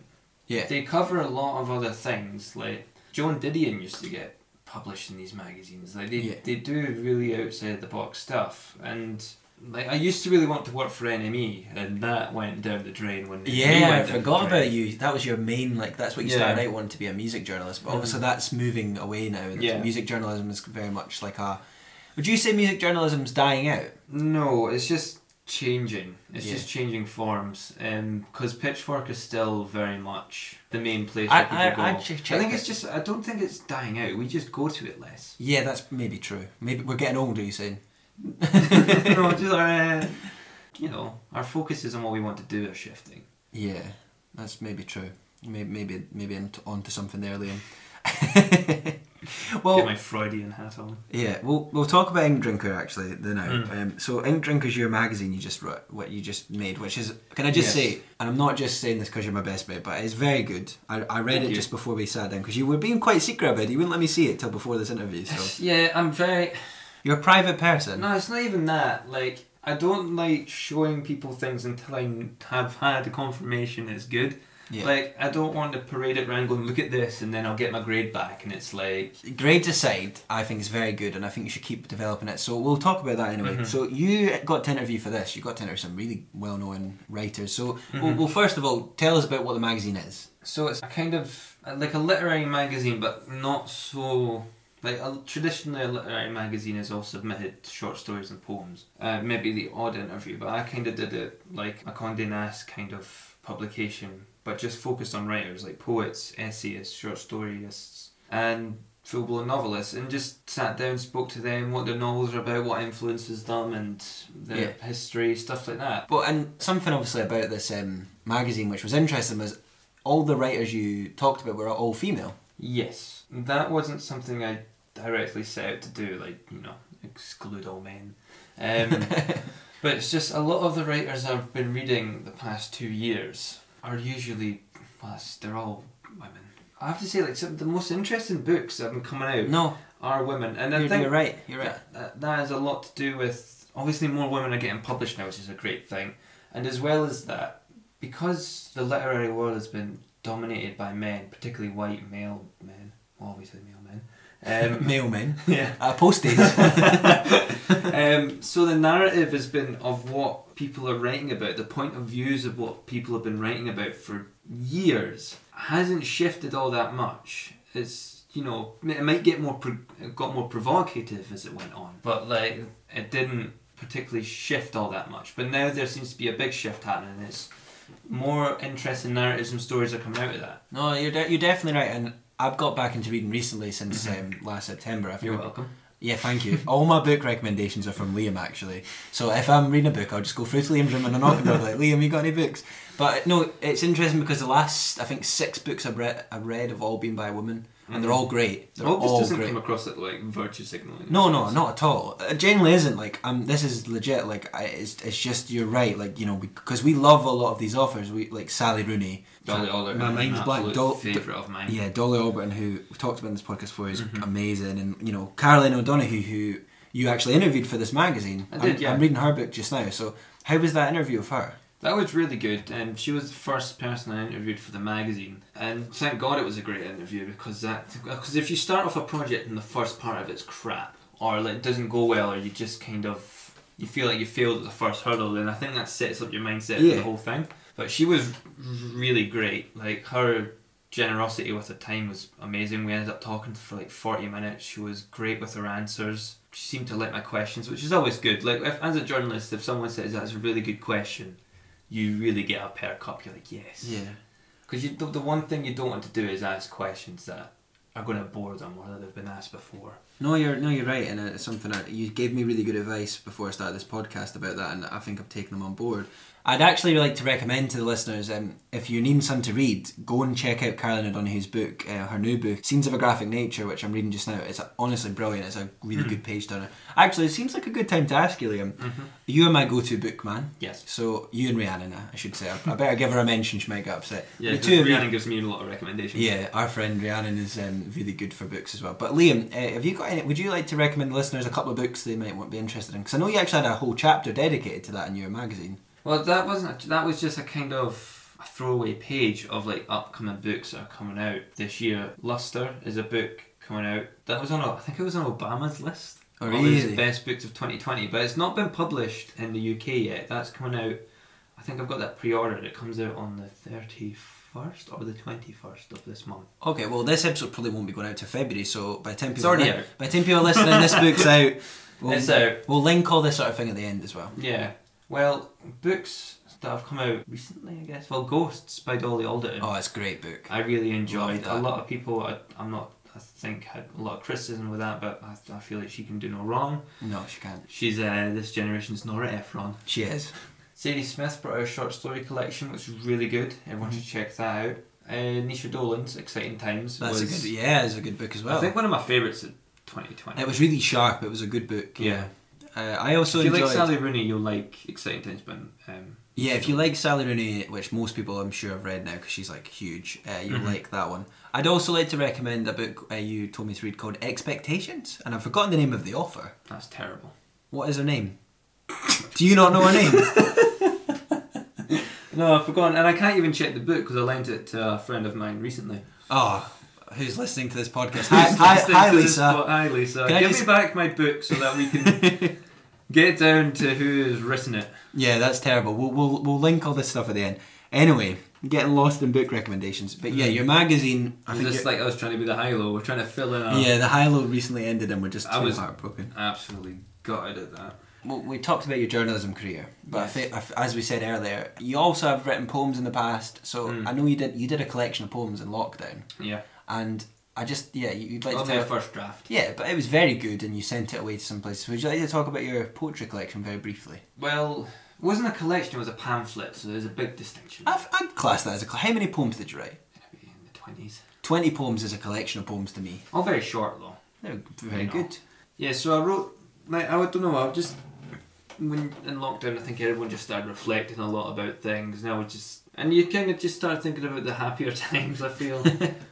Speaker 2: Yeah.
Speaker 3: They cover a lot of other things. Like Joan Didion used to get published in these magazines. Like they
Speaker 2: Yeah.
Speaker 3: they do really outside the box stuff. And like I used to really want to work for NME, and that went down the drain when NME went
Speaker 2: Yeah, I
Speaker 3: down the
Speaker 2: forgot
Speaker 3: drain.
Speaker 2: about you. That was your main like. That's what you
Speaker 3: Yeah. Mm.
Speaker 2: started out wanting to be a music journalist, but obviously that's moving away now.
Speaker 3: Yeah.
Speaker 2: Music journalism is very much like a. Would you say music journalism's dying out?
Speaker 3: No, it's just changing. It's
Speaker 2: Yeah.
Speaker 3: just changing forms. Because Pitchfork is still very much the main place
Speaker 2: I-
Speaker 3: where people
Speaker 2: I-
Speaker 3: go.
Speaker 2: I
Speaker 3: I,
Speaker 2: check-
Speaker 3: think it's
Speaker 2: it.
Speaker 3: just. I don't think it's dying out. We just go to it less.
Speaker 2: Yeah, that's maybe true. Maybe we're getting older. You saying?
Speaker 3: no, just uh, you know, our focus is on what we want to do. Are shifting.
Speaker 2: Yeah, that's maybe true. Maybe maybe maybe onto, onto something there, Liam.
Speaker 3: Get
Speaker 2: Well,
Speaker 3: my Freudian hat on.
Speaker 2: Yeah, we'll we'll talk about Ink Drinker actually then now.
Speaker 3: Mm.
Speaker 2: Um, so Ink Drinker's your magazine you just wrote, what you just made, which is can I just
Speaker 3: Yes.
Speaker 2: say, and I'm not just saying this because you're my best bet, but it's very good. I, I read
Speaker 3: Thank
Speaker 2: it
Speaker 3: you.
Speaker 2: just before we sat down because you were being quite secret about it. You wouldn't let me see it till before this interview. So
Speaker 3: Yeah, I'm very.
Speaker 2: you're a private person.
Speaker 3: No, it's not even that. Like, I don't like showing people things until I n- have had confirmation it's good.
Speaker 2: Yeah.
Speaker 3: Like, I don't want to parade it around going, look at this, and then I'll get my grade back, and it's like,
Speaker 2: Grades aside, I think it's very good, and I think you should keep developing it. So we'll talk about that anyway.
Speaker 3: Mm-hmm.
Speaker 2: So you got to interview for this. You got to interview some really well-known writers. So well, well, first of all, tell us about what the magazine is.
Speaker 3: Mm-hmm. So it's a kind of uh, like a literary magazine, but not so. Like a, traditionally, a literary magazine is all submitted short stories and poems. Uh, maybe the odd interview, but I kind of did it like a Condé Nast kind of publication, but just focused on writers like poets, essayists, short storyists, and full blown novelists, and just sat down, spoke to them, what their novels are about, what influences them, and their history, stuff like that.
Speaker 2: Well, and something obviously about this um, magazine which was interesting was all the writers you talked about were all female.
Speaker 3: Yes, that wasn't something I directly set out to do, like, you know, exclude all men. Um, but it's just a lot of the writers I've been reading the past two years are usually, well, it's- they're all women. I have to say, like, some of the most interesting books that have been coming out
Speaker 2: No,
Speaker 3: are women. And I
Speaker 2: you're,
Speaker 3: think
Speaker 2: you're right. You're right.
Speaker 3: that, that, that has a lot to do with obviously more women are getting published now, which is a great thing. And as well as that, because the literary world has been dominated by men, particularly white male men, obviously male men. Um,
Speaker 2: Male men.
Speaker 3: yeah.
Speaker 2: Uh, posties.
Speaker 3: Um, so the narrative has been of what people are writing about, the point of views of what people have been writing about for years hasn't shifted all that much. It's you know it might get more pro- it got more provocative as it went on, but like it didn't particularly shift all that much. But now there seems to be a big shift happening. and It's more interesting narratives and stories are coming out of that.
Speaker 2: no, you're de- you're definitely right. And I've got back into reading recently since um, last September. I think
Speaker 3: Mm-hmm. You're
Speaker 2: I-
Speaker 3: welcome.
Speaker 2: Yeah, thank you. All my book recommendations are from Liam, actually. So if I'm reading a book, I'll just go through to Liam's room and I knock and I'll be like, Liam, you got any books? But no, it's interesting because the last, I think, six books I've read, I've read have all been by women, and they're all great. They're
Speaker 3: I hope Mm. this
Speaker 2: all
Speaker 3: doesn't
Speaker 2: great.
Speaker 3: come across it like virtue signaling.
Speaker 2: No, no, not at all. It generally isn't like um. This is legit. Like I, it's it's just you're right. Like you know because we love a lot of these authors. We like Sally Rooney.
Speaker 3: Dolly Alderton,
Speaker 2: My mind's
Speaker 3: an
Speaker 2: blank.
Speaker 3: absolute
Speaker 2: Dol-
Speaker 3: favourite of mine. Mm-hmm.
Speaker 2: yeah, Dolly Alberton, who we talked about in this podcast before, is amazing, and you know Caroline O'Donoghue, who you actually interviewed for this magazine.
Speaker 3: I
Speaker 2: I'm-
Speaker 3: did, yeah.
Speaker 2: I'm reading her book just now. So how was that interview of her?
Speaker 3: That was really good. Um, she was the first person I interviewed for the magazine, and thank God it was a great interview because that because if you start off a project and the first part of it's crap or like doesn't go well or you just kind of you feel like you failed at the first hurdle, then I think that sets up your mindset for
Speaker 2: Yeah.
Speaker 3: the whole thing. But she was really great. Like her generosity with her time was amazing. We ended up talking for like forty minutes. She was great with her answers. She seemed to like my questions, which is always good. Like if, as a journalist, if someone says that's a really good question, you really get a pair cup. You're like yes. Because the, the one thing you don't want to do is ask questions that are going to bore them or that they've been asked before.
Speaker 2: No, you're no, you're right, and it's something I, you gave me really good advice before I started this podcast about that, and I think I've taken them on board. I'd actually like to recommend to the listeners, um, if you need something to read, go and check out Caroline O'Donoghue's book, uh, her new book, Scenes of a Graphic Nature, which I'm reading just now. It's honestly brilliant. It's a really
Speaker 3: Hmm.
Speaker 2: good page turner. Actually, it seems like a good time to ask you, Liam. You are my go-to book man.
Speaker 3: Mm-hmm. Yes.
Speaker 2: So you and Rihanna, I should say. I, I better give her a mention. She might get upset.
Speaker 3: Yeah,
Speaker 2: The
Speaker 3: 'cause
Speaker 2: two of you-
Speaker 3: Rhiannon gives me a lot of recommendations.
Speaker 2: yeah, our friend Rhiannon is um, really good for books as well. But Liam, uh, have you got? Any, would you like to recommend listeners a couple of books they might want be interested in? Because I know you actually had a whole chapter dedicated to that in your magazine.
Speaker 3: Well, that wasn't. A, that was just a kind of a throwaway page of like upcoming books that are coming out this year. Luster is a book coming out that was on. a- I think it was on Obama's list.
Speaker 2: Oh,
Speaker 3: of his
Speaker 2: really?
Speaker 3: best books of 2020, but it's not been published in the UK yet. That's coming out. I think I've got that pre-ordered. It comes out on the 31st or the 21st of this month.
Speaker 2: Okay, well this episode probably won't be going out to February, so by the time people
Speaker 3: already out.
Speaker 2: by the time people are listening, this book's out. We'll,
Speaker 3: It's out.
Speaker 2: We'll link all this sort of thing at the end as well.
Speaker 3: Yeah. Well, books that have come out recently, I guess. Well, Ghosts by Dolly Alderton.
Speaker 2: Oh, it's a great book.
Speaker 3: I really
Speaker 2: Love
Speaker 3: enjoyed.
Speaker 2: that.
Speaker 3: A lot of people, I, I'm not, I think, had a lot of criticism with that, but I, I feel like she can do no wrong.
Speaker 2: No, she can't.
Speaker 3: She's uh, this generation's Nora Ephron.
Speaker 2: She is.
Speaker 3: Mm-hmm. Sadie Smith brought out a short story collection, which is really good. Everyone should check that out. Uh, Nisha Dolan's Exciting Times.
Speaker 2: That's
Speaker 3: was,
Speaker 2: a good. Yeah, it's a good book as well.
Speaker 3: I think one of my favourites of 2020.
Speaker 2: it was really sharp. It was a good book.
Speaker 3: yeah.
Speaker 2: Uh, I also
Speaker 3: if you
Speaker 2: enjoyed.
Speaker 3: like Sally Rooney, you'll like Exciting Times. But um,
Speaker 2: yeah, if you like Sally Rooney, which most people I'm sure have read now because she's like huge, uh, you'll
Speaker 3: Mm-hmm.
Speaker 2: like that one. I'd also like to recommend a book uh, you told me to read called Expectations, and I've forgotten the name of the author.
Speaker 3: that's terrible.
Speaker 2: What is her name? Do you not know her name?
Speaker 3: No, I've forgotten, and I can't even check the book because I lent it to a friend of mine recently.
Speaker 2: Oh, who's listening to this podcast? Hi,
Speaker 3: Who's
Speaker 2: hi,
Speaker 3: listening
Speaker 2: hi
Speaker 3: to this
Speaker 2: Lisa.
Speaker 3: pod- Hi, Lisa.
Speaker 2: Can I
Speaker 3: Give
Speaker 2: just-
Speaker 3: me back my book so that we can get down to who has written it.
Speaker 2: Yeah, that's terrible. We'll, we'll, we'll link all this stuff at the end. Anyway, getting lost in book recommendations. But yeah, your magazine. I
Speaker 3: Mm-hmm. I
Speaker 2: think
Speaker 3: just
Speaker 2: your-
Speaker 3: like I was trying to be the high low. We're trying to fill in. Our...
Speaker 2: yeah, the high low recently ended and we're just
Speaker 3: I
Speaker 2: too
Speaker 3: was-
Speaker 2: heartbroken.
Speaker 3: absolutely gutted at that.
Speaker 2: Well, we talked about your journalism career, but I
Speaker 3: Yes.
Speaker 2: thi- I f- as we said earlier, you also have written poems in the past. So
Speaker 3: Mm.
Speaker 2: I know you did you did a collection of poems in lockdown,
Speaker 3: Yeah,
Speaker 2: and I just yeah you- you'd like
Speaker 3: only
Speaker 2: to
Speaker 3: a
Speaker 2: tell.
Speaker 3: first draft.
Speaker 2: Yeah, but it was very good, and you sent it away to some places. Would you like to talk about your poetry collection very briefly?
Speaker 3: Well, it wasn't a collection; it was a pamphlet. So there's a big distinction.
Speaker 2: I've, I'd class that as a. col- How many poems did you write?
Speaker 3: Maybe in the twenties,
Speaker 2: Twenty poems is a collection of poems to me.
Speaker 3: all very short though.
Speaker 2: They're very
Speaker 3: No.
Speaker 2: good.
Speaker 3: Yeah, so I wrote like I don't know. I just when in lockdown, I think everyone just started reflecting a lot about things, and I would just and you kind of just start thinking about the happier times. I feel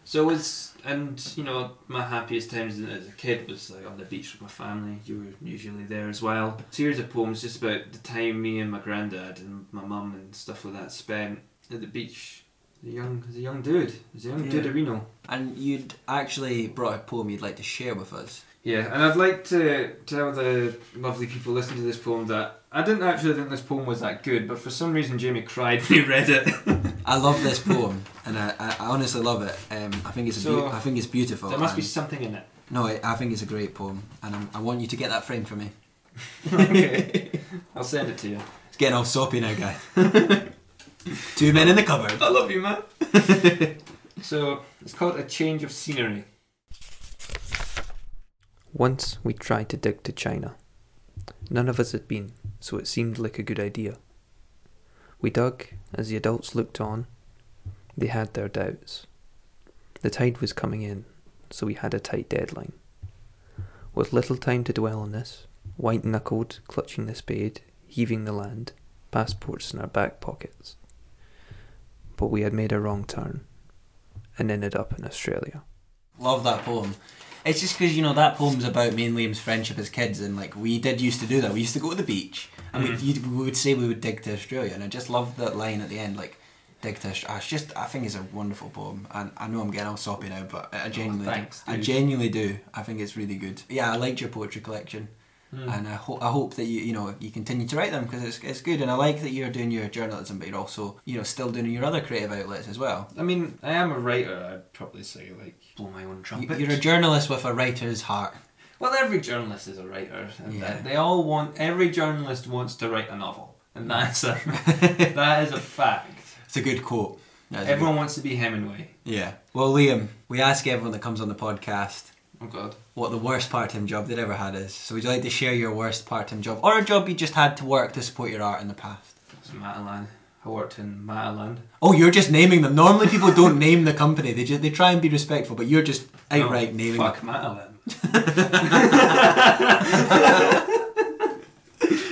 Speaker 3: so it's and you know my happiest times as a kid was like on the beach with my family. You were usually there as well. Series of poems just about the time me and my granddad and my mum and stuff like that spent at the beach. A young, as a young dude, as a young dude
Speaker 2: Yeah.
Speaker 3: that we know.
Speaker 2: And you'd actually brought a poem you'd like to share with us.
Speaker 3: Yeah, and I'd like to tell the lovely people listening to this poem that I didn't actually think this poem was that good, but for some reason Jamie cried when he read it.
Speaker 2: I love this poem, and I, I, I honestly love it. Um, I think it's a beau-
Speaker 3: So,
Speaker 2: I think it's beautiful.
Speaker 3: there must be
Speaker 2: and-
Speaker 3: something in it.
Speaker 2: No, I, I think it's a great poem, and I'm, I want you to get that framed for me.
Speaker 3: okay. I'll send it to you.
Speaker 2: It's getting all soppy now, guy. Two men in the cupboard.
Speaker 3: I love you, man. so it's called A Change of Scenery.
Speaker 1: Once we tried to dig to China. None of us had been, so it seemed like a good idea. We dug as the adults looked on. They had their doubts. The tide was coming in, so we had a tight deadline. With little time to dwell on this, white knuckled, clutching the spade, heaving the land, passports in our back pockets. But we had made a wrong turn and ended up in Australia.
Speaker 2: Love that poem. It's just because you know that poem's about me and Liam's friendship as kids, and like we did used to do that. We used to go to the beach, and
Speaker 3: Mm-hmm.
Speaker 2: we'd, you'd, we would say we would dig to Australia, and I just love that line at the end, like dig to Australia. It's just I think it's a wonderful poem, and I know I'm getting all soppy now, but I genuinely,
Speaker 3: Oh, thanks,
Speaker 2: do. I
Speaker 3: dude.
Speaker 2: genuinely do. I think it's really good. Yeah, I liked your poetry collection,
Speaker 3: Hmm.
Speaker 2: and I hope I hope that you you know you continue to write them because it's it's good, and I like that you're doing your journalism, but you're also you know still doing your other creative outlets as well.
Speaker 3: I mean, I am a writer, I'd probably say, like, blow my own
Speaker 2: You-
Speaker 3: trumpet.
Speaker 2: You're a journalist with a writer's heart.
Speaker 3: well, every journalist is a writer. and
Speaker 2: Yeah.
Speaker 3: They all want, every journalist wants to write a novel. And that's a, that is a fact.
Speaker 2: It's a good quote. That's a good-
Speaker 3: Everyone wants to be Hemingway.
Speaker 2: yeah. Well, Liam, we ask everyone that comes on the podcast
Speaker 3: Oh God.
Speaker 2: what the worst part-time job they'd ever had is. So would you like to share your worst part-time job or a job you just had to work to support your art in the past?
Speaker 3: It's Matalan. I worked in Matalan.
Speaker 2: Oh, you're just naming them. Normally, people don't name the company. They just they try and be respectful, but you're just outright
Speaker 3: No,
Speaker 2: naming.
Speaker 3: Oh, Fuck
Speaker 2: them.
Speaker 3: Matalan.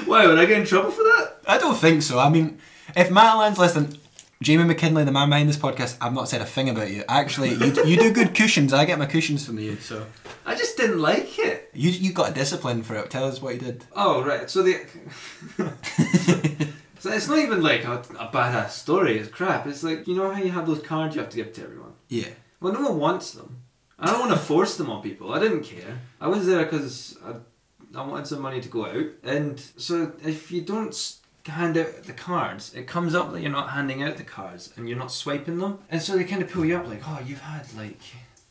Speaker 3: Why would I get in trouble for that?
Speaker 2: I don't think so. I mean, if Matalan's listen, Jamie McKinley, the man behind this podcast, I've not said a thing about you. Actually, you, you do good cushions. I get my cushions from you. So
Speaker 3: I just didn't like it.
Speaker 2: you you got a discipline for it. Tell us what you did.
Speaker 3: Oh right, so the. so it's not even like a, a badass story. It's crap. It's like you know how you have those cards you have to give to everyone.
Speaker 2: Yeah.
Speaker 3: Well, no one wants them. I don't want to force them on people. I didn't care. I was there because I, I wanted some money to go out. And so if you don't s- hand out the cards, it comes up that you're not handing out the cards and you're not swiping them. And so they kind of pull you up like, oh, you've had like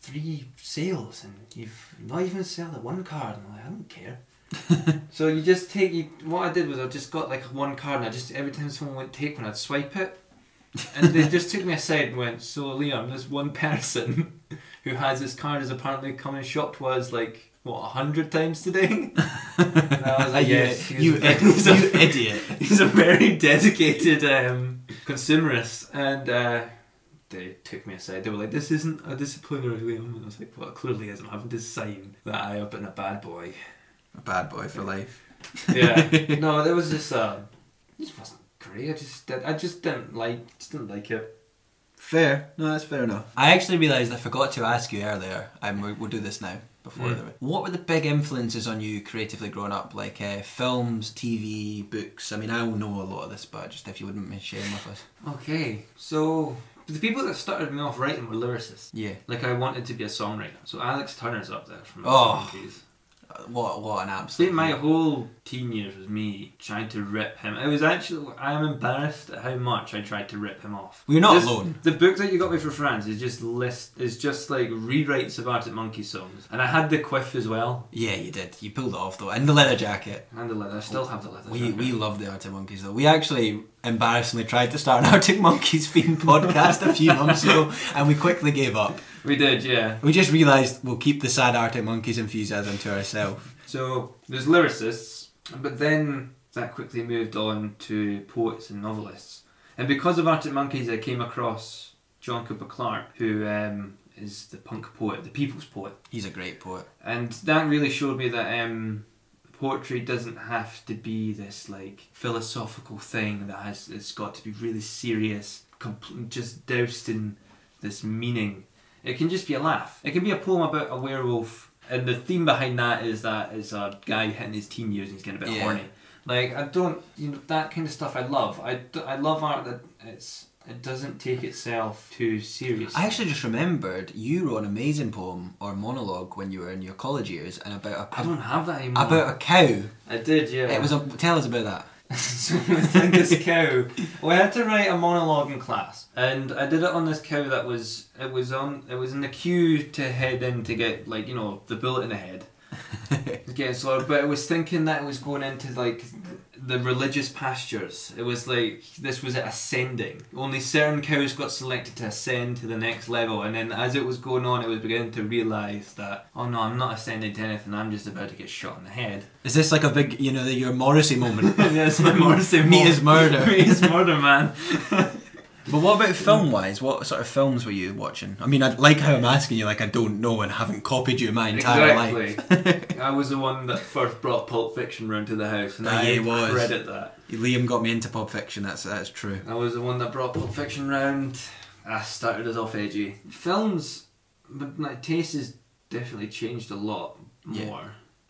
Speaker 3: three sales and you've not even sold the one card. And I'm like, I don't care. so you just take you. What I did was I just got like one card and I just every time someone went take one, I'd swipe it. and they just took me aside and went, So, Liam, this one person who has this card has apparently come and shopped was like, what, a hundred times today? And I was like, Yes, he's
Speaker 2: Uh, you,
Speaker 3: a-
Speaker 2: id-
Speaker 3: he's
Speaker 2: you
Speaker 3: a-
Speaker 2: idiot.
Speaker 3: He's a very dedicated um, consumerist, and uh, they took me aside. They were like, "This isn't a disciplinary room," and I was like, "Well, it clearly isn't. I have to sign that I have been a bad boy."
Speaker 2: A bad boy for life.
Speaker 3: yeah. No, there was this. Um, this wasn't great. I just, did- I just didn't like, just didn't like it.
Speaker 2: Fair. No, that's fair enough. I actually realised I forgot to ask you earlier, and we- we'll do this now before
Speaker 3: Mm.
Speaker 2: the. What were the big influences on you creatively growing up? Like uh, films, TV, books? I mean, I will know a lot of this, but just if you wouldn't mind sharing with us.
Speaker 3: Okay, so the people that started me off writing were lyricists.
Speaker 2: Yeah.
Speaker 3: Like I wanted to be a songwriter. So Alex Turner's up there from
Speaker 2: Oh.
Speaker 3: the 70s.
Speaker 2: Uh, What what an
Speaker 3: See,
Speaker 2: absolute.
Speaker 3: my whole teen years was me trying to rip him. It was actually I'm embarrassed at how much I tried to rip him off.
Speaker 2: Well, you're not
Speaker 3: This-
Speaker 2: alone.
Speaker 3: The book that you got me for France is just list is just like rewrites of Arctic Monkey songs, and I had the quiff as well
Speaker 2: Yeah, you did. You pulled it off though, and the leather jacket.
Speaker 3: and the leather. I still have the leather.
Speaker 2: We
Speaker 3: jacket.
Speaker 2: we love the Arctic Monkeys though. We actually embarrassingly tried to start an Arctic Monkeys themed podcast a few months ago, and we quickly gave up.
Speaker 3: we did, yeah.
Speaker 2: We just realised we'll keep the sad Arctic Monkeys enthusiasm to ourselves.
Speaker 3: So there's lyricists, but then that quickly moved on to poets and novelists. And because of Arctic Monkeys, I came across John Cooper Clarke, who um, is the punk poet, the people's poet.
Speaker 2: He's a great poet.
Speaker 3: And that really showed me that um, poetry doesn't have to be this like philosophical thing that has it's got to be really serious, compl- just doused in this meaning. It can just be a laugh. It can be a poem about a werewolf, and the theme behind that is that is a guy hitting his teen years and he's getting a bit
Speaker 2: Yeah.
Speaker 3: horny. Like I don't, you know, that kind of stuff I love. I, d- I love art that it's it doesn't take itself too seriously.
Speaker 2: I actually just remembered you wrote an amazing poem or monologue when you were in your college years and about
Speaker 3: I
Speaker 2: a
Speaker 3: don't have that anymore.
Speaker 2: about a cow.
Speaker 3: I did, yeah.
Speaker 2: It was a, tell us about that.
Speaker 3: so I think this cow. Well, I had to write a monologue in class, and I did it on this cow that was it was on it was in the queue to head in to get like you know the bullet in the head. Again, so but I was thinking that it was going into like the religious pastures. It was like this was it ascending. Only certain cows got selected to ascend to the next level, and then as it was going on, it was beginning to realise that oh no, I'm not ascending to anything. I'm just about to get shot in the head.
Speaker 2: Is this like a big, you know, the, your Morrissey moment?
Speaker 3: Yes, my Morrissey
Speaker 2: Meet
Speaker 3: mo-
Speaker 2: his murder.
Speaker 3: Meet his murder, man.
Speaker 2: But what about film wise? What sort of films were you watching? I mean, I like how I'm asking you, like I don't know and haven't copied you my entire life.
Speaker 3: Exactly. I was the one that first brought Pulp Fiction round to the house, and
Speaker 2: Ah,
Speaker 3: I
Speaker 2: yeah, he was.
Speaker 3: credit that.
Speaker 2: Liam got me into Pulp Fiction. That's that's true.
Speaker 3: I was the one that brought Pulp Fiction round. I started us off edgy. Films, but my taste has definitely changed a lot more.
Speaker 2: Yeah.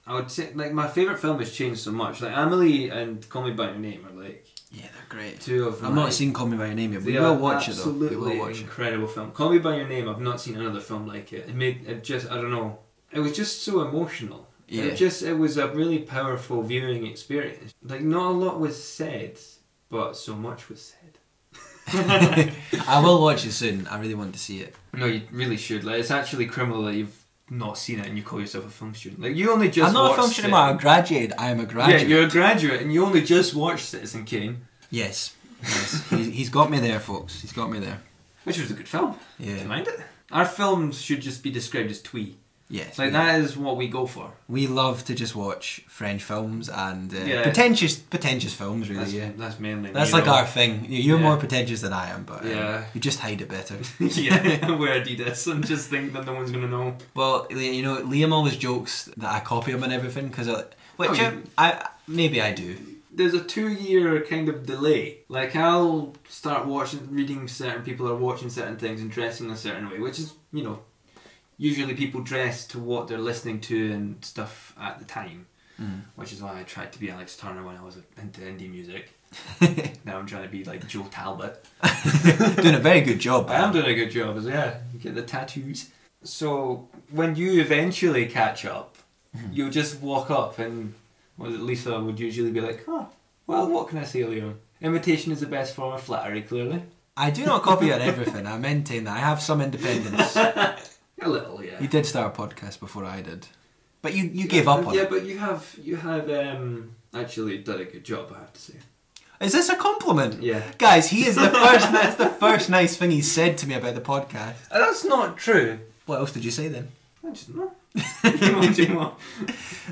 Speaker 3: I would say, like, my favourite film has changed so much. Like, Emily and Call Me By Your Name are, like,
Speaker 2: Yeah, they're great.
Speaker 3: two of
Speaker 2: I've
Speaker 3: my...
Speaker 2: not seen Call Me by Your Name yet. We
Speaker 3: They
Speaker 2: will
Speaker 3: are
Speaker 2: watch it though. We
Speaker 3: absolutely
Speaker 2: will watch it.
Speaker 3: incredible film. Call Me by Your Name. I've not seen another film like it. It made it just I don't know. It was just so emotional.
Speaker 2: Yeah.
Speaker 3: It just it was a really powerful viewing experience. Like not a lot was said, but so much was said.
Speaker 2: I will watch it soon. I really want to see it.
Speaker 3: No, you really should. Like it's actually criminal that you've not seen it and you call yourself a film student. Like you only just
Speaker 2: I'm not a
Speaker 3: watched
Speaker 2: film
Speaker 3: it.
Speaker 2: student. I'm graduated. I am a graduate.
Speaker 3: Yeah, you're a graduate and you only just watched Citizen Kane,
Speaker 2: Yes. Yes. he's, he's got me there, folks. He's got me there.
Speaker 3: which was a good film. Did you
Speaker 2: Yeah.
Speaker 3: mind it? Our films should just be described as twee.
Speaker 2: Yes.
Speaker 3: Like
Speaker 2: we,
Speaker 3: that is what we go for.
Speaker 2: we love to just watch French films and uh,
Speaker 3: Yeah.
Speaker 2: pretentious pretentious films, really.
Speaker 3: That's,
Speaker 2: yeah.
Speaker 3: that's mainly.
Speaker 2: That's
Speaker 3: you
Speaker 2: like
Speaker 3: know.
Speaker 2: our thing. You- You're
Speaker 3: Yeah.
Speaker 2: more pretentious than I am, but um,
Speaker 3: Yeah.
Speaker 2: you just hide it better.
Speaker 3: yeah, wear Adidas and just think that no one's gonna know.
Speaker 2: well, Li- you know, Liam always jokes that I copy him and everything because, which uh,
Speaker 3: No, Oh, you-
Speaker 2: I maybe I do.
Speaker 3: There's a two-year kind of delay. Like I'll start watching, reading certain people are watching certain things and dressing a certain way, which is you know, usually people dress to what they're listening to and stuff at the time.
Speaker 2: Mm.
Speaker 3: Which is why I tried to be Alex Turner when I was into indie music. now I'm trying to be like Joe Talbot.
Speaker 2: Doing a very good job.
Speaker 3: I am doing a good job, as yeah. You get the tattoos. So when you eventually catch up, you'll just walk up and well, Lisa would usually be like, "Huh, well, what can I say, Liam? Imitation is the best form of flattery, clearly."
Speaker 2: I do not copy on everything. I maintain that I have some independence.
Speaker 3: A little, yeah.
Speaker 2: You did start a podcast before I did, but you you gave up on
Speaker 3: yeah,
Speaker 2: it.
Speaker 3: but you have you have um, actually done a good job, I have to say.
Speaker 2: Is this a compliment?
Speaker 3: Yeah.
Speaker 2: Guys, he is the first. that's the first nice thing he said to me about the podcast.
Speaker 3: Uh, That's not true.
Speaker 2: What else did you say then?
Speaker 3: I just know. Come on, do more.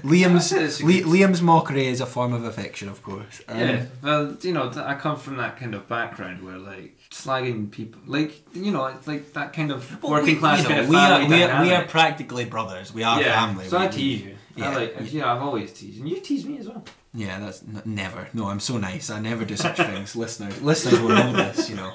Speaker 2: Liam's
Speaker 3: I said it's a
Speaker 2: Li-
Speaker 3: good-
Speaker 2: Liam's mockery is a form of affection, of course. Um,
Speaker 3: Yeah, well, you know, th- I come from that kind of background where, like, slagging people, like, you know, it's like that kind of
Speaker 2: well,
Speaker 3: working
Speaker 2: we-
Speaker 3: class
Speaker 2: you know,
Speaker 3: kind of
Speaker 2: we
Speaker 3: family
Speaker 2: are, we, are, we are
Speaker 3: dynamic.
Speaker 2: practically brothers. We are
Speaker 3: yeah.
Speaker 2: family.
Speaker 3: So
Speaker 2: we,
Speaker 3: I tease you.
Speaker 2: Yeah,
Speaker 3: I like, you know, I've always teased, and you tease me as well.
Speaker 2: Yeah, that's n- never. No, I'm so nice. I never do such things. Listeners, listeners will know this. You know.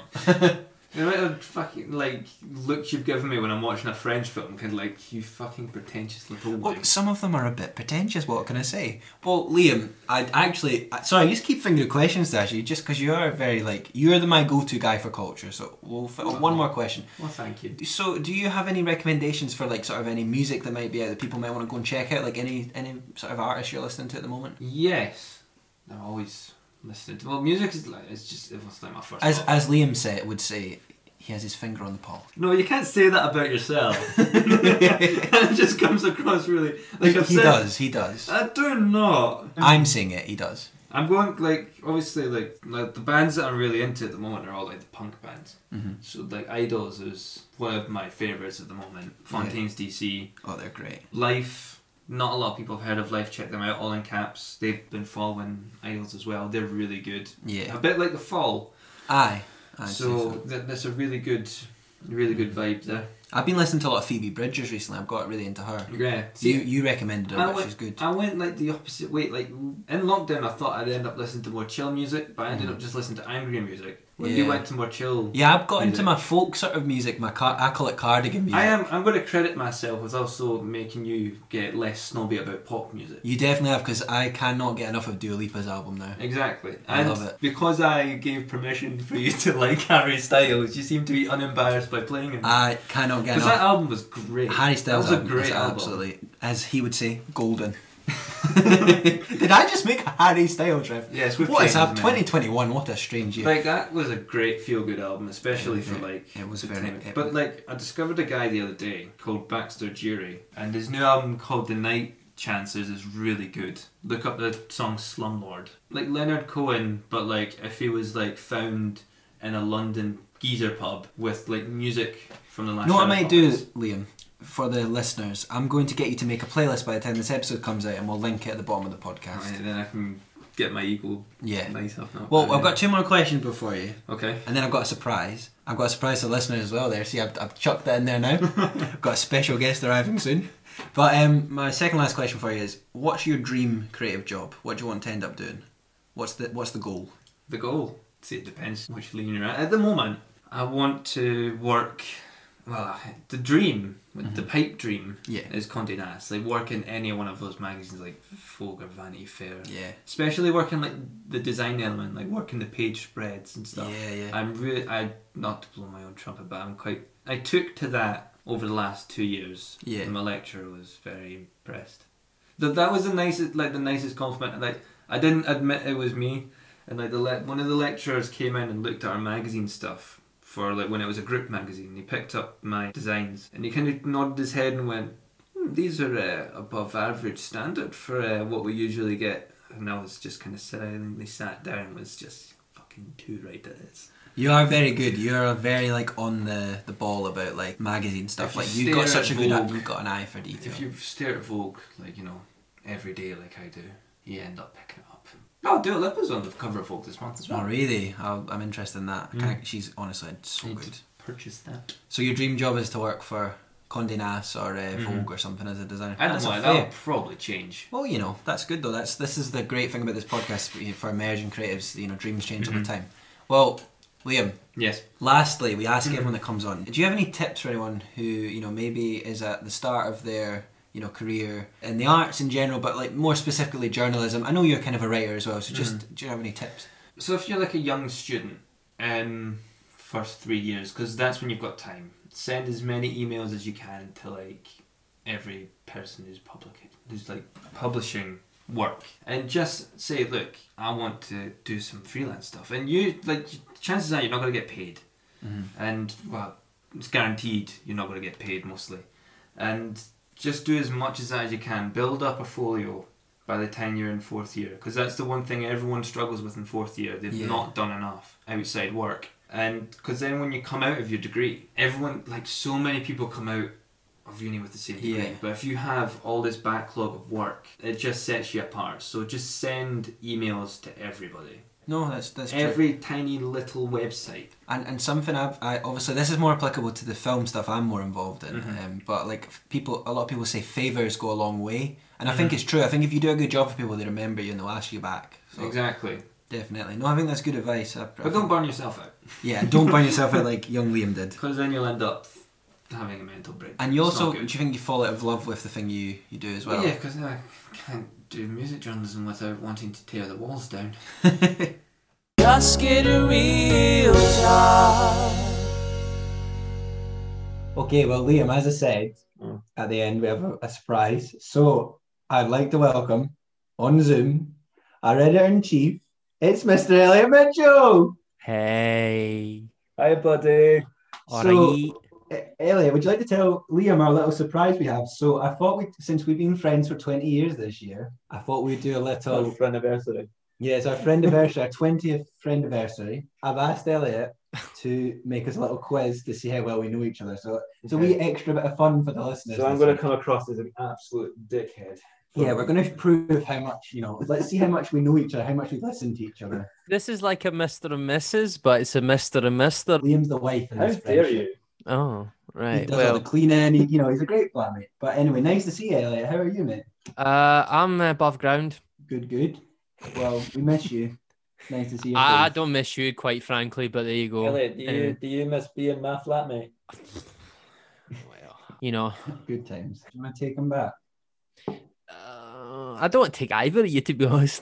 Speaker 3: The amount of fucking like looks you've given me when I'm watching a French film, kind of like you fucking pretentious little.
Speaker 2: Well,
Speaker 3: wank."
Speaker 2: some of them are a bit pretentious. What can I say? Well, Liam, I actually I- sorry, I just keep thinking of questions to ask you, just because you are very like you're the my go-to guy for culture. So we'll fit one more question.
Speaker 3: Well, thank you.
Speaker 2: So, do you have any recommendations for like sort of any music that might be out that people might want to go and check out? Like any any sort of artist you're listening to at the moment?
Speaker 3: Yes, I'm always listening. to... Well, music is like it's just it was like my first.
Speaker 2: As
Speaker 3: love.
Speaker 2: as Liam said, would say he has his finger on the pulse.
Speaker 3: no, you can't say that about yourself. it just comes across really like
Speaker 2: he,
Speaker 3: I've
Speaker 2: he
Speaker 3: said-
Speaker 2: does. He does.
Speaker 3: I do not.
Speaker 2: I'm saying it. He does.
Speaker 3: I'm going like obviously like like the bands that I'm really into at the moment are all like the punk bands.
Speaker 2: Mhm.
Speaker 3: So like Idols is one of my favorites at the moment. Fontaine's DC.
Speaker 2: Oh, they're great.
Speaker 3: Life. Not a lot of people have heard of Life. Check them out. All in caps. They've been following Idols as well. They're really good.
Speaker 2: Yeah.
Speaker 3: A bit like the Fall.
Speaker 2: Aye. I'd say
Speaker 3: so th- that's a really good, really good vibe there.
Speaker 2: I've been listening to a lot of Phoebe Bridgers recently. I've got really into her.
Speaker 3: Yeah.
Speaker 2: you you recommended her,
Speaker 3: I
Speaker 2: which
Speaker 3: went,
Speaker 2: is good.
Speaker 3: I went like the opposite way. Like in lockdown, I thought I'd end up listening to more chill music, but I ended up just listening to angry music. When you
Speaker 2: Mm. Yeah.
Speaker 3: went to more chill,
Speaker 2: Yeah, I've got into
Speaker 3: Music.
Speaker 2: my folk sort of music. My car- I call it cardigan music.
Speaker 3: I uh, am. I'm going to credit myself with also making you get less snobby about pop music.
Speaker 2: You definitely have because I cannot get enough of Dua Lipa's album now.
Speaker 3: Exactly.
Speaker 2: I
Speaker 3: and
Speaker 2: love it.
Speaker 3: Because I gave permission for you to like Harry Styles, you seem to be unembarrassed by playing him.
Speaker 2: Ah, I cannot get
Speaker 3: Because
Speaker 2: enough.
Speaker 3: that album was great.
Speaker 2: Harry Styles
Speaker 3: that was a
Speaker 2: album
Speaker 3: great
Speaker 2: is
Speaker 3: album.
Speaker 2: absolutely, as he would say, golden. Did I just make a Harry Styles reference?
Speaker 3: Yes, we've
Speaker 2: What is
Speaker 3: changed,
Speaker 2: up?
Speaker 3: man.
Speaker 2: 2021. What a strange year.
Speaker 3: Like that was a great feel good album, especially
Speaker 2: Yeah,
Speaker 3: for
Speaker 2: it-
Speaker 3: like
Speaker 2: it was
Speaker 3: the
Speaker 2: very-
Speaker 3: time.
Speaker 2: it
Speaker 3: but
Speaker 2: was-
Speaker 3: like I discovered a guy the other day called Baxter Jury, and his new album called The Night Chances is really good. Look up the song Slumlord, like Leonard Cohen, but like if he was like found in a London geezer pub with like music from the last.
Speaker 2: You know what I
Speaker 3: Shadow
Speaker 2: might do,
Speaker 3: Puppets.
Speaker 2: Liam, for the listeners? I'm going to get you to make a playlist by the time this episode comes out, and we'll link it at the bottom of the podcast.
Speaker 3: Right, then I can get my ego
Speaker 2: Yeah.
Speaker 3: nice up. now.
Speaker 2: Well, I've got two more questions before you,
Speaker 3: okay.
Speaker 2: and then I've got a surprise. I've got a surprise to listeners as well. There, see, I've, I've chucked that in there now. got a special guest arriving soon. But um, my second last question for you is: What's your dream creative job? What do you want to end up doing? What's the What's the goal?
Speaker 3: the goal. See, it depends which lane you're at. At the moment, I want to work. Well, the dream, the pipe dream,
Speaker 2: Mm-hmm. Yeah.
Speaker 3: is Condé Nast. Like work in any one of those magazines, like Vogue or Vanity Fair.
Speaker 2: Yeah.
Speaker 3: Especially working like the design element, like working the page spreads and stuff.
Speaker 2: Yeah, yeah.
Speaker 3: I'm really, I not to blow my own trumpet, but I'm quite. I took to that over the last two years.
Speaker 2: Yeah.
Speaker 3: And my lecturer was very impressed. That that was the nicest, like the nicest compliment. Like I didn't admit it was me, and like the le- one of the lecturers came in and looked at our magazine stuff for like when it was a group magazine. He picked up my designs and he kind of nodded his head and went, hmm, "These are uh, above average standard for uh, what we usually get." And I was just kind of silently sat down and was just fucking too right at this.
Speaker 2: You are very good. You are very like on the, the ball about like magazine stuff.
Speaker 3: If you
Speaker 2: Like you've got
Speaker 3: stare at
Speaker 2: such a good eye.
Speaker 3: Vogue-
Speaker 2: You've got an eye for detail.
Speaker 3: If you stare at Vogue, like, you know, every day like I do, you end up picking it up. Oh, Dua Lipa's on the cover of Vogue this month as well.
Speaker 2: Oh really? I'll, I'm interested in
Speaker 3: Mm.
Speaker 2: that. Can I- she's honestly so
Speaker 3: Need
Speaker 2: good.
Speaker 3: to purchase that.
Speaker 2: So your dream job is to work for Condé Nast or uh,
Speaker 3: Mhm.
Speaker 2: Vogue or something as a designer.
Speaker 3: I don't
Speaker 2: That's
Speaker 3: know,
Speaker 2: a
Speaker 3: that'll
Speaker 2: fair-
Speaker 3: probably change.
Speaker 2: Well, you know, that's good though. That's this is the great thing about this podcast for- for emerging creatives. You know, dreams change all
Speaker 3: Mhm.
Speaker 2: the time. Well, Liam.
Speaker 3: Yes.
Speaker 2: Lastly, we ask everyone that comes on. Do you have any tips for anyone who you know maybe is at the start of their you know career in the arts in general, but like more specifically journalism? I know you're kind of a writer as well, so just do you have any tips?
Speaker 3: So if you're like a young student, um, first three years, because that's when you've got time, send as many emails as you can to like every person who's public, who's like publishing work, and just say, look, I want to do some freelance stuff, and you like chances are you're not gonna get paid, and well, it's guaranteed you're not gonna get paid mostly, and just do as much as that as you can, build up a folio by the time you're in fourth year because that's the one thing everyone struggles with in fourth year they've
Speaker 2: Yeah.
Speaker 3: not done enough outside work and because then when you come out of your degree everyone like so many people come out of uni with the same
Speaker 4: Yeah.
Speaker 3: degree, but if you have all this backlog of work, it just sets you apart. So just send emails to everybody.
Speaker 2: No, that's that's true.
Speaker 3: Every tiny little website.
Speaker 2: And and something I've I, obviously this is more applicable to the film stuff I'm more involved in.
Speaker 3: Mm-hmm.
Speaker 2: Um, but like f- people, a lot of people say favors go a long way, and I
Speaker 3: Mm-hmm.
Speaker 2: think it's true. I think if you do a good job for people, they remember you and they'll ask you back. So
Speaker 3: Exactly.
Speaker 2: definitely. No, I think that's good advice. I, I
Speaker 3: But don't
Speaker 2: think-
Speaker 3: burn yourself out,
Speaker 2: yeah, don't burn yourself out like young Liam did.
Speaker 3: because then you'll end up having a mental break.
Speaker 2: And you
Speaker 3: It's
Speaker 2: also,
Speaker 3: not
Speaker 2: do you
Speaker 3: good.
Speaker 2: think you fall out of love with the thing you you do as well?
Speaker 3: Well, yeah, because I can't do music journalism without wanting to tear the walls down.
Speaker 1: Just get a real job.
Speaker 2: Okay, well, Liam, as I said
Speaker 3: Mm.
Speaker 2: at the end, we have a, a surprise. So I'd like to welcome on Zoom our editor in chief. It's Mr. Elliot Mitchell.
Speaker 7: Hey.
Speaker 2: Hi, buddy. So,
Speaker 7: Alright.
Speaker 2: E- Elliot, would you like to tell Liam our little surprise we have? So I thought we, since we've been friends for 20 years this year, I thought we'd do a little friend anniversary. Yes, our friend anniversary, our 20th friend anniversary. I've asked Elliot to make us a little quiz to see how well we know each other. So it's a wee extra bit of fun for the listeners.
Speaker 8: So I'm
Speaker 2: this
Speaker 8: going
Speaker 2: week.
Speaker 8: to come across as an absolute dickhead.
Speaker 2: Yeah, we're going to prove how much, you know, let's see how much we know each other, how much we listen to each other.
Speaker 7: This is like a Mr. and Mrs., but it's a Mr. and Mr.
Speaker 2: Liam's the wife in
Speaker 8: How
Speaker 2: this
Speaker 8: dare
Speaker 2: friendship.
Speaker 8: you?
Speaker 7: Oh,
Speaker 2: He
Speaker 7: right.
Speaker 2: does all
Speaker 7: Well,
Speaker 2: the cleaning. He, you know, he's a great plan, mate. But anyway, nice to see you, Elliot. How are you, mate?
Speaker 7: uh, I'm above ground.
Speaker 2: Good, good. Well, we miss you. Nice to see you.
Speaker 7: I, I Ah, don't miss you, quite frankly, but there you go.
Speaker 8: Elliot, do
Speaker 7: Yeah.
Speaker 8: you, do you miss being my flatmate?
Speaker 7: You know,
Speaker 2: Good times. Do you want to take him back?
Speaker 7: uh, I don't take either of you, to be honest.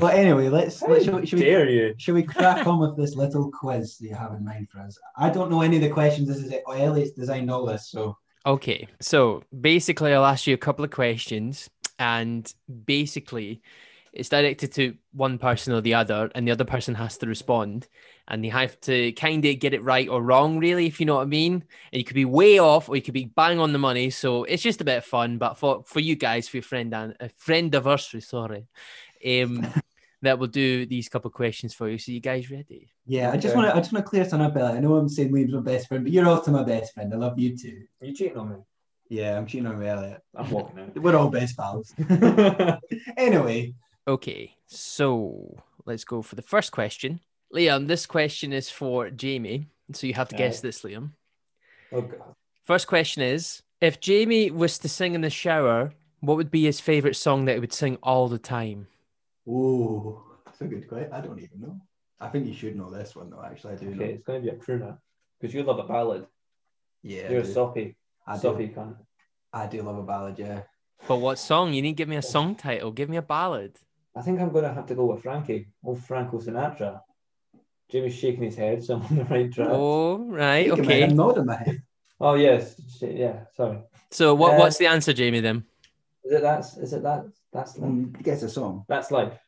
Speaker 2: Well, anyway, let's.
Speaker 8: How
Speaker 2: let's should, should, we,
Speaker 8: dare you?
Speaker 2: should we crack on with this little quiz that you have in mind for us? I don't know any of the questions. This is it. Oh, Elliot's designed all this, so
Speaker 7: Okay, so basically, I'll ask you a couple of questions, and basically, it's directed to one person or the other, and the other person has to respond, and they have to kind of get it right or wrong, really, if you know what I mean. And you could be way off, or you could be bang on the money. So it's just a bit of fun, but for for you guys, for your friend and a friend anniversary, sorry, um, that will do these couple of questions for you. So you guys ready?
Speaker 2: yeah. I just
Speaker 8: Okay.
Speaker 2: want to. I just want to clear something up, Elliot. I know I'm saying Liam's my best friend, but you're also my best friend. I love you too.
Speaker 8: You cheating on me?
Speaker 2: Yeah, I'm cheating on you, Elliot.
Speaker 8: I'm walking out.
Speaker 2: We're all best pals. anyway,
Speaker 7: Okay, so let's go for the first question. Liam, this question is for Jamie. So you have to guess this, Liam.
Speaker 8: oh God.
Speaker 7: First question is If Jamie was to sing in the shower, what would be his favorite song that he would sing all the time?
Speaker 2: oh, that's a good question. I don't even know. I think you should know this one though. Actually, I do
Speaker 8: Okay,
Speaker 2: know.
Speaker 8: it's going to be a crooner. Because you love a ballad.
Speaker 2: Yeah,
Speaker 8: You're
Speaker 2: I
Speaker 8: a
Speaker 2: do.
Speaker 8: soppy.
Speaker 2: I do.
Speaker 8: soppy cunt.
Speaker 2: I do love a ballad, yeah.
Speaker 7: But what song? You need to give
Speaker 8: Oh.
Speaker 7: me a song title. Give me a ballad.
Speaker 8: I think I'm going to have to go with Frankie. Old Franco Sinatra. Jimmy's shaking his head, so I'm on the right track. Oh,
Speaker 7: Oh, right.
Speaker 2: Look at me,
Speaker 7: Okay.
Speaker 2: I'm nodding my head.
Speaker 8: yes. Shit, Yeah, sorry.
Speaker 7: So what,
Speaker 8: Uh,
Speaker 7: what's the answer, Jamie, then?
Speaker 8: Is it that's is it that that's life?
Speaker 2: Mm, Guess a song.
Speaker 8: That's life.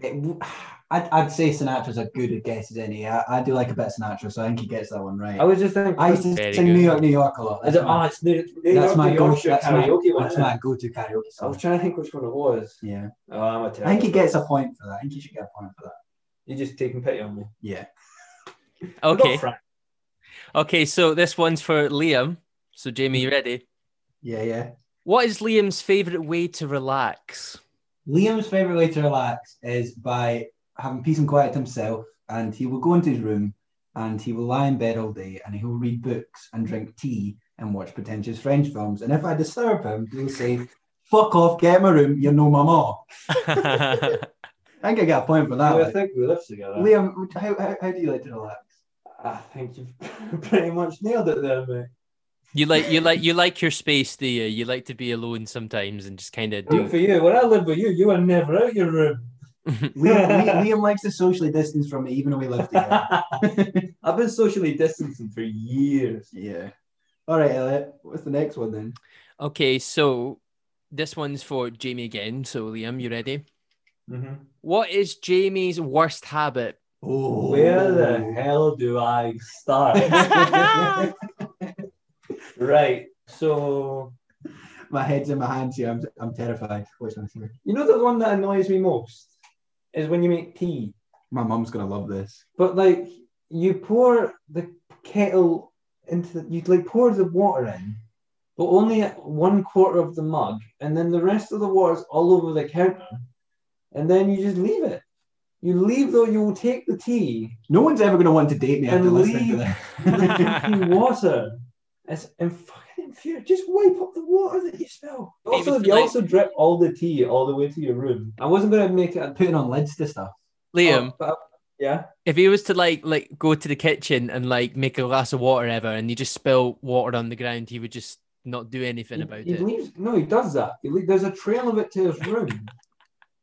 Speaker 2: It w- I'd, I'd say Sinatra's a good a guess as any. I, I do like a bit of Sinatra, so I think he gets that one right.
Speaker 8: I
Speaker 2: I,
Speaker 8: was just thinking
Speaker 2: used to
Speaker 7: Very
Speaker 2: sing
Speaker 7: good.
Speaker 2: New York, New York a lot.
Speaker 8: Is
Speaker 2: That's
Speaker 8: it, oh,
Speaker 2: my,
Speaker 8: it's New, New
Speaker 2: that's
Speaker 8: York,
Speaker 2: my
Speaker 8: New
Speaker 2: go.
Speaker 8: Yorkshire
Speaker 2: That's my,
Speaker 8: karaoke one.
Speaker 2: that's
Speaker 8: isn't it?
Speaker 2: my go-to karaoke
Speaker 8: I was
Speaker 2: song.
Speaker 8: trying to think which one it was.
Speaker 2: Yeah,
Speaker 8: Oh, I'm a terrible.
Speaker 2: I think he gets a point for that. I think he should get a point for that.
Speaker 8: You're just taking pity on me.
Speaker 2: Yeah.
Speaker 8: We're
Speaker 7: Okay.
Speaker 8: not friends.
Speaker 7: Okay. So this one's for Liam. So, Jamie,
Speaker 8: Mm.
Speaker 7: you ready?
Speaker 2: Yeah, yeah.
Speaker 7: What is Liam's favorite way to relax?
Speaker 2: Liam's favorite way to relax is by having peace and quiet to himself, and he will go into his room and he will lie in bed all day and he will read books and drink tea and watch pretentious French films. And if I disturb him, he'll say, Fuck off, get in my room, you know my ma. I think I got a point for that.
Speaker 8: I
Speaker 2: one.
Speaker 8: think we live together.
Speaker 2: Liam, how, how, how do you like to relax?
Speaker 8: I think you've pretty much nailed it there, mate.
Speaker 7: You like you like you like your space, do you? You like to be alone sometimes and just kind of
Speaker 8: Good
Speaker 7: do.
Speaker 8: for you. When I lived with you, you were never out your room.
Speaker 2: Liam, Liam, Liam likes to socially distance from me, even though we live together.
Speaker 8: I've been socially distancing for years.
Speaker 2: yeah. All right, Elliot, what's the next one then?
Speaker 7: Okay, so this one's for Jamie again. So Liam, you ready?
Speaker 8: Mm-hmm.
Speaker 7: What is Jamie's worst habit?
Speaker 2: Oh,
Speaker 8: Where the hell do I start? right. So
Speaker 2: My head's in my hands here. I'm, I'm terrified. What's my favorite?
Speaker 8: you know the one that annoys me most is when you make tea.
Speaker 2: My mum's gonna love this.
Speaker 8: But like you pour the kettle into the, you like pour the water in,
Speaker 3: but only one quarter of the mug, and then the rest of the water's all over the counter, and then you just leave it. You leave though, you will take the tea
Speaker 2: No one's ever going to want to date me after
Speaker 3: And
Speaker 2: listening to
Speaker 3: leave.
Speaker 2: that.
Speaker 3: and the drinking water. It's and fucking infuriating. Just wipe up the water that you spill. Also,
Speaker 7: was
Speaker 3: if you
Speaker 7: like-
Speaker 3: also drip all the tea all the way to your room. I wasn't gonna make it a
Speaker 2: Putting on lids to stuff.
Speaker 7: Liam,
Speaker 8: Oh.
Speaker 3: but I- yeah.
Speaker 7: if he was to like like go to the kitchen and like make a glass of water ever, and you just spill water on the ground, he would just not do anything
Speaker 3: He-
Speaker 7: about
Speaker 3: he
Speaker 7: it.
Speaker 3: leaves. No, he does that. He le- there's a trail of it to his room.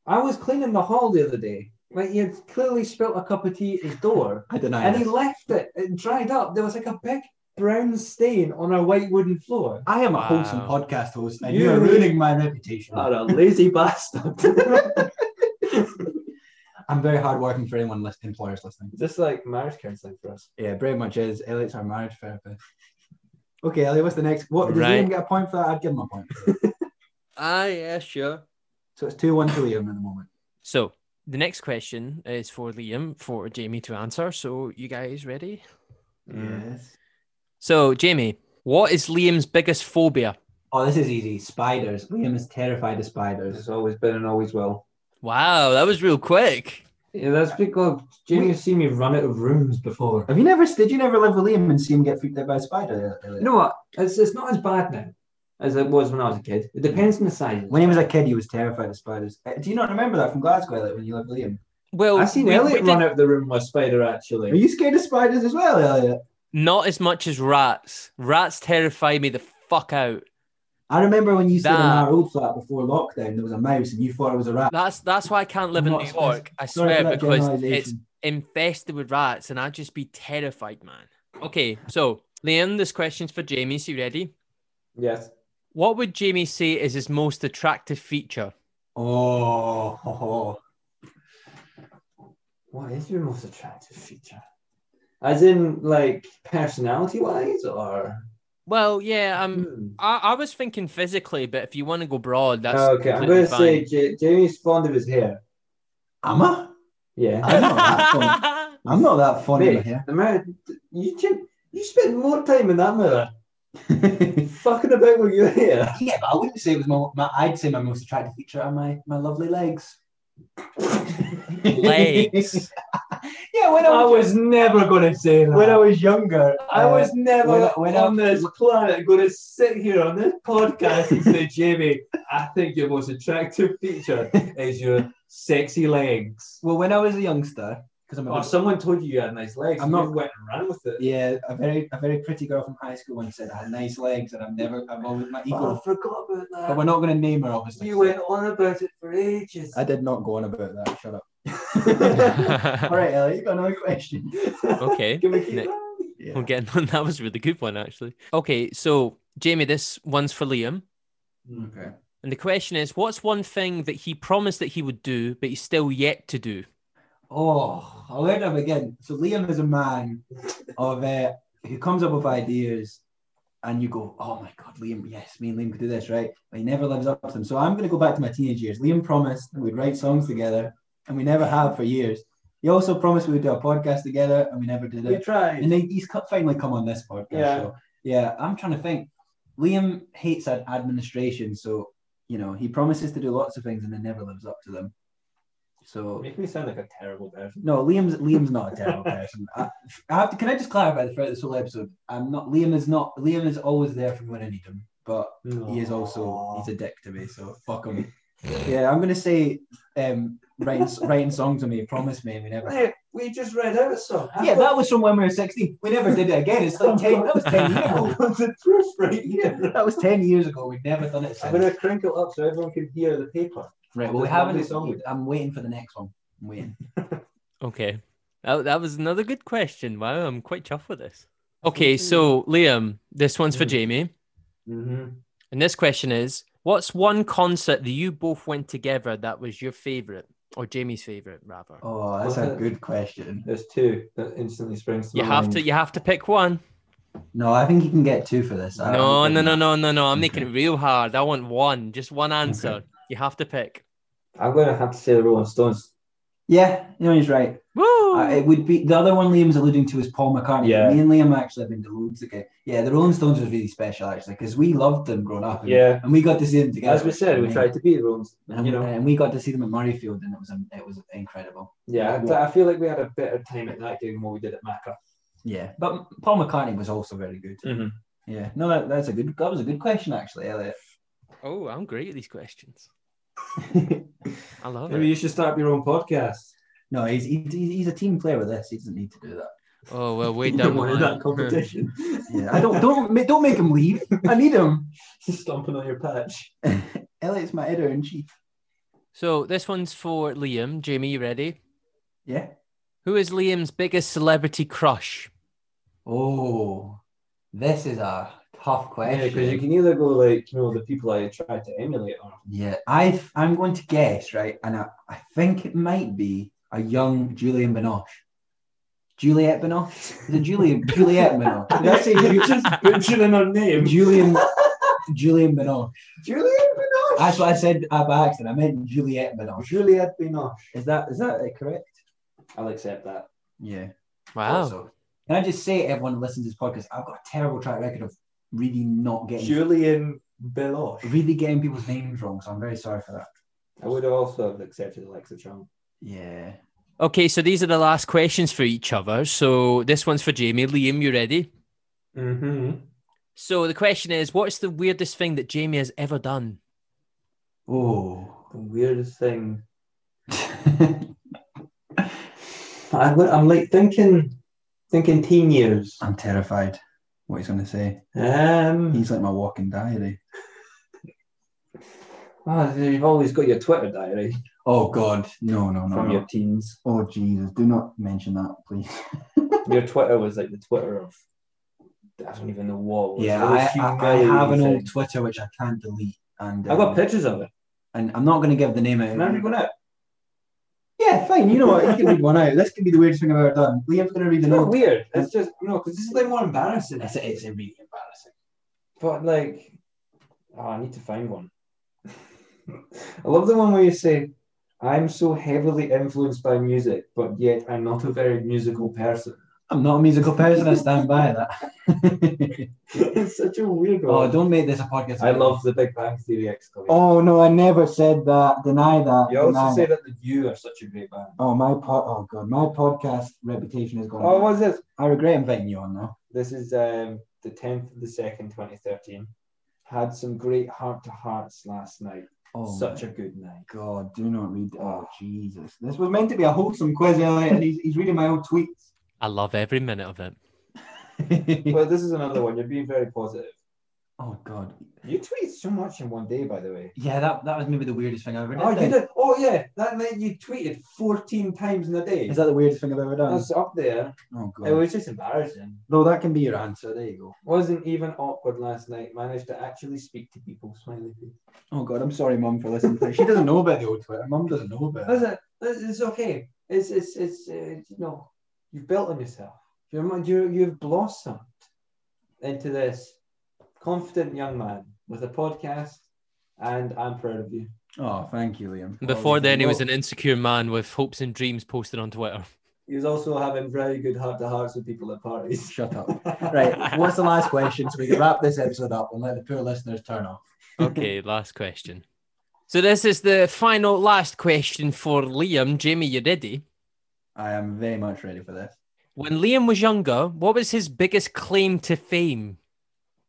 Speaker 3: I was cleaning the hall the other day. Like he had clearly spilt a cup of tea at his door,
Speaker 2: I deny
Speaker 3: and he
Speaker 2: this.
Speaker 3: left it. It dried up. There was like a big brown stain on our white wooden floor.
Speaker 2: I am a wholesome
Speaker 7: Wow.
Speaker 2: podcast host, and
Speaker 3: You
Speaker 2: you are
Speaker 3: really-
Speaker 2: ruining my reputation.
Speaker 3: You are a lazy bastard.
Speaker 2: I'm very hardworking for anyone list- employers listening.
Speaker 3: Just like marriage counselling for us.
Speaker 2: Yeah, very much is. Elliot's our marriage therapist. Okay, Elliot, what's the next? What does
Speaker 7: Right.
Speaker 2: Liam get a point for that? I'd give him a point. For that.
Speaker 7: Ah, yeah, sure.
Speaker 2: so it's two one to Liam at the moment.
Speaker 7: So the next question is for Liam for Jamie to answer. So you guys ready?
Speaker 2: Yes.
Speaker 7: So Jamie, what is Liam's biggest phobia?
Speaker 2: Oh, this is easy. Spiders. Liam is terrified of spiders.
Speaker 3: It's always been and always will.
Speaker 7: Wow, that was real quick.
Speaker 3: Yeah, that's because Jamie's seen me run out of rooms before.
Speaker 2: Have you never? Did you never live with Liam and see him get freaked out by a spider? Elliot?
Speaker 3: You know what? It's, it's not as bad now as it was when I was a kid. It depends on the size.
Speaker 2: When he was a kid, he was terrified of spiders. Uh, Do you not remember that from Glasgow, Elliot, when you lived with Liam?
Speaker 7: Well,
Speaker 3: I've seen
Speaker 7: Oh, we- we
Speaker 3: Elliot
Speaker 7: did
Speaker 3: run out of the room with a spider
Speaker 2: Are
Speaker 3: actually.
Speaker 2: you scared of spiders as well, Elliot?
Speaker 7: not as much as rats. Rats terrify me the fuck out.
Speaker 2: I remember when you said in
Speaker 7: Nah.
Speaker 2: our old flat before lockdown there was a mouse and you thought it was a rat.
Speaker 7: That's that's why I can't live in
Speaker 2: Not
Speaker 7: New
Speaker 2: spe-
Speaker 7: York. I
Speaker 2: Sorry for
Speaker 7: swear
Speaker 2: that
Speaker 7: because it's
Speaker 2: generalisation.
Speaker 7: infested with rats, and I'd just be terrified, man. Okay, so Liam, this question's for Jamie. So you ready?
Speaker 3: Yes.
Speaker 7: What would Jamie say is his most attractive feature?
Speaker 2: Oh, ho, ho.
Speaker 3: What is your most attractive feature? As in, like personality wise, or
Speaker 7: Well, yeah, um,
Speaker 3: Hmm.
Speaker 7: I, I was thinking physically, but if you want to go broad, that's
Speaker 3: okay. I'm
Speaker 7: completely
Speaker 3: gonna say J- Jamie's fond of his hair.
Speaker 2: am I?
Speaker 3: Yeah.
Speaker 2: I'm not that fond.
Speaker 7: fine.
Speaker 2: I'm not that fond of my
Speaker 3: Mate,
Speaker 2: hair.
Speaker 3: the man, you can, you spend more time in that mirror fucking about with your hair.
Speaker 2: yeah, but I wouldn't say it was my, my. I'd say my most attractive feature are my my lovely legs.
Speaker 7: Legs.
Speaker 2: yeah, when I was,
Speaker 3: never gonna say
Speaker 2: when I was younger,
Speaker 3: I
Speaker 2: uh,
Speaker 3: was never
Speaker 2: when I- when I-
Speaker 3: on this planet going to sit here on this podcast and say, Jamie, I think your most attractive feature is your sexy legs.
Speaker 2: well, when I was a youngster, because I'm a
Speaker 3: Or someone told you you had nice legs.
Speaker 2: I'm
Speaker 3: and
Speaker 2: not-
Speaker 3: you went and ran with it.
Speaker 2: yeah, a very a very pretty girl from high school once said I had nice legs, and I've never I've always my
Speaker 3: Oh,
Speaker 2: ego.
Speaker 3: I forgot about
Speaker 2: But
Speaker 3: that.
Speaker 2: we're not going to name her, obviously.
Speaker 3: you went on about it for ages.
Speaker 2: I did not go on about that. Shut up. All
Speaker 7: All right.
Speaker 2: right, Elliot, you got another question.
Speaker 7: Okay.
Speaker 3: Can we keep
Speaker 7: Nick.
Speaker 3: going?
Speaker 2: Yeah.
Speaker 7: I'm getting on. That was a really good one, actually. Okay, so Jamie, this one's for Liam.
Speaker 2: Okay.
Speaker 7: And the question is, what's one thing that he promised that he would do, but he's still yet to do?
Speaker 2: Oh, I'll let him again. So Liam is a man of uh, who comes up with ideas, and you go, "Oh my god, Liam! Yes, me and Liam could do this, right?" But he never lives up to them. So I'm going to go back to my teenage years. Liam promised that we'd write songs together, and we never have for years. He also promised we would do a podcast together, and we never did
Speaker 3: We
Speaker 2: it.
Speaker 3: tried.
Speaker 2: And then he's co- finally come on this podcast.
Speaker 3: Yeah.
Speaker 2: So yeah, I'm trying to think. Liam hates ad- administration, so you know he promises to do lots of things and then never lives up to them. So
Speaker 3: Make me sound like a terrible person.
Speaker 2: no, Liam's Liam's not a terrible person. I, I have to. Can I just clarify throughout this whole episode? I'm not. Liam is not. Liam is always there for when I need him, but he is also he's a dick to me. So fuck him. yeah, I'm gonna say um, writing writing songs on me. Promise me, and we never.
Speaker 3: Hey, we just read out a song. I
Speaker 2: Yeah,
Speaker 3: thought-
Speaker 2: that was from when we were 16. We never did it again. It's like 10. That was 10 years ago.
Speaker 3: the proof right here.
Speaker 2: That was 10 years ago. We've never done it
Speaker 3: I'm
Speaker 2: since.
Speaker 3: going to crinkle up so everyone can hear the paper.
Speaker 2: Right, well, we
Speaker 3: There's
Speaker 2: haven't.
Speaker 3: lovely song.
Speaker 2: I'm waiting for the next one. I'm waiting.
Speaker 7: Okay. That, that was another good question. Wow, I'm quite chuffed with this. Okay, so Liam, this one's for
Speaker 3: Mm.
Speaker 7: Jamie.
Speaker 3: Mm-hmm.
Speaker 7: And this question is What's one concert that you both went together that was your favorite, or Jamie's favorite, rather?
Speaker 2: Oh, that's a good question.
Speaker 3: There's two that instantly springs to
Speaker 7: you
Speaker 3: my
Speaker 7: have
Speaker 3: mind.
Speaker 7: to you have to pick one.
Speaker 2: No, I think you can get two for this.
Speaker 3: Uh,
Speaker 2: I-
Speaker 7: No,
Speaker 2: I'm
Speaker 7: no,
Speaker 2: good
Speaker 7: no,
Speaker 2: now.
Speaker 7: no, no, no. I'm
Speaker 2: Okay.
Speaker 7: making it real hard. I want one, just one answer. You have to pick.
Speaker 3: I'm going to have to say the Rolling Stones.
Speaker 2: Yeah, no, he's right.
Speaker 7: Woo!
Speaker 2: Uh, it would be the other one Liam's alluding to is Paul McCartney.
Speaker 3: Yeah.
Speaker 2: Me and Liam actually have been to loads again. Yeah, the Rolling Stones was really special actually because we loved them growing up. And,
Speaker 3: Yeah.
Speaker 2: and we got to see them together.
Speaker 3: As we said, we
Speaker 2: Yeah.
Speaker 3: tried to be the Rolling
Speaker 2: And,
Speaker 3: Stones. You know,
Speaker 2: Um, and we got to see them at Murrayfield, and it was um, it was incredible.
Speaker 3: yeah. I I feel like we had a better time at that game than what we did at Macca.
Speaker 2: Yeah, but Paul McCartney was also very good.
Speaker 3: Mhm.
Speaker 2: Yeah, no, that, that's a good that was a good question actually, Elliot.
Speaker 1: Oh, I'm great at these questions. I love
Speaker 3: Maybe
Speaker 1: it.
Speaker 3: you should start up your own podcast.
Speaker 2: No, he's he, he's he's a team player with this. He doesn't need to do that.
Speaker 1: Oh well, wait
Speaker 3: You
Speaker 1: down
Speaker 3: don't
Speaker 1: the
Speaker 3: want
Speaker 1: line.
Speaker 3: that competition.
Speaker 2: Yeah, I don't don't ma- don't make him leave. I need him.
Speaker 3: Stomping on your patch.
Speaker 2: Elliot's my editor in chief.
Speaker 1: So this one's for Liam. Jamie, you ready?
Speaker 2: Yeah.
Speaker 1: Who is Liam's biggest celebrity crush?
Speaker 2: Oh, this is a tough
Speaker 3: Yeah,
Speaker 2: question.
Speaker 3: because you can either go like, you know, the people I tried to emulate or
Speaker 2: Yeah, I I'm going to guess right, and I, I think it might be a young Julian Binoche. Juliet Binoche? Is it Julian? Juliet Binoche? Did I say Ju-
Speaker 3: You're just butchering her name.
Speaker 2: Julian? Julian Binoche.
Speaker 3: Julian Binoche.
Speaker 2: That's what I said uh, by accident. I meant Juliet Binoche.
Speaker 3: Juliette Binoche.
Speaker 2: Is that is that uh, correct?
Speaker 3: I'll accept that.
Speaker 2: Yeah.
Speaker 1: Wow.
Speaker 2: Also, can I just say, everyone who listens to this podcast, I've got a terrible track record of really not getting,
Speaker 3: Julian Binoche.
Speaker 2: really getting people's names wrong. So I'm very sorry for that.
Speaker 3: I would also have accepted Alexa Chung.
Speaker 2: Yeah.
Speaker 1: Okay, so these are the last questions for each other. So this one's for Jamie. Liam, you ready?
Speaker 3: Mm-hmm.
Speaker 1: So the question is, what's the weirdest thing that Jamie has ever done?
Speaker 2: Oh.
Speaker 3: The weirdest thing. I'm, li- I'm like thinking, thinking teen years.
Speaker 2: I'm terrified. What he's gonna say?
Speaker 3: Um,
Speaker 2: He's like my walking diary.
Speaker 3: oh, you've always got your Twitter diary
Speaker 2: Oh God, no, no, no,
Speaker 3: from
Speaker 2: no.
Speaker 3: your teens.
Speaker 2: Oh Jesus, do not mention that, please.
Speaker 3: Your Twitter was like the Twitter of I don't even know what. It was
Speaker 2: Yeah,
Speaker 3: all
Speaker 2: I, I, I
Speaker 3: humiliating
Speaker 2: have an old
Speaker 3: thing.
Speaker 2: Twitter which I can't delete, and
Speaker 3: I've got
Speaker 2: um,
Speaker 3: pictures of it.
Speaker 2: and I'm not gonna give the name
Speaker 3: Remember
Speaker 2: out.
Speaker 3: going out?
Speaker 2: Yeah, fine. You know what? You can read one out. This could be the weirdest thing I've ever done. Liam's gonna read
Speaker 3: It's
Speaker 2: an
Speaker 3: not
Speaker 2: old.
Speaker 3: weird. It's just no, because this is like more embarrassing.
Speaker 2: It's, it's really embarrassing.
Speaker 3: But like, oh, I need to find one. I love the one where you say, "I'm so heavily influenced by music, but yet I'm not a very musical person."
Speaker 2: I'm not a musical person. I stand by that.
Speaker 3: it's such a weird one.
Speaker 2: oh, don't make this a podcast.
Speaker 3: I love the Big Bang Theory exclamation.
Speaker 2: Oh no, I never said that. Deny that.
Speaker 3: you also
Speaker 2: Deny
Speaker 3: say
Speaker 2: it.
Speaker 3: that the You are such a great band.
Speaker 2: Oh my pod. Oh god, my podcast reputation is gone.
Speaker 3: Oh, what was this?
Speaker 2: I regret inviting you on now.
Speaker 3: This is um, the 10th of the 2nd, 2013. Had some great heart to hearts last night.
Speaker 2: Oh
Speaker 3: Such
Speaker 2: my
Speaker 3: a good night.
Speaker 2: god, do not read. Oh Jesus, this was meant to be a wholesome quiz, Elliot, and he's, he's reading my old tweets.
Speaker 1: I love every minute of it.
Speaker 3: well, Oh, this is another one. You're being very positive.
Speaker 2: oh god,
Speaker 3: You tweet so much in one day, by the way.
Speaker 2: yeah, that, that was maybe the weirdest thing I've ever done.
Speaker 3: Oh, you did. Oh, yeah. That night you tweeted 14 times in a day.
Speaker 2: Is that um, the weirdest thing I've ever done?
Speaker 3: That's up there.
Speaker 2: oh
Speaker 3: It
Speaker 2: god.
Speaker 3: was just embarrassing.
Speaker 2: Though that can be your answer. There you go.
Speaker 3: Wasn't even awkward last night. Managed to actually speak to people. Smiley face.
Speaker 2: Oh god, I'm sorry, mum, for listening. to this. She doesn't know about the old Twitter. Mum doesn't know about.
Speaker 3: That's
Speaker 2: it.
Speaker 3: it. That's- It's okay. It's it's it's uh, you know you've built on yourself. You're mo- you you've blossomed into this confident young man with a podcast, and I'm proud of you.
Speaker 2: Oh, thank you, Liam.
Speaker 1: Before then, he was
Speaker 3: well-
Speaker 1: an insecure man with hopes and dreams posted on Twitter.
Speaker 3: He was also having very good heart to hearts with people at parties.
Speaker 2: Shut up. Right, what's the last question so we can wrap this episode up and let the poor listeners turn off?
Speaker 1: Okay, last question. So this is the final, last question for Liam. Jamie, you ready?
Speaker 2: I am very much ready for this.
Speaker 1: When Liam was younger, what was his biggest claim to fame?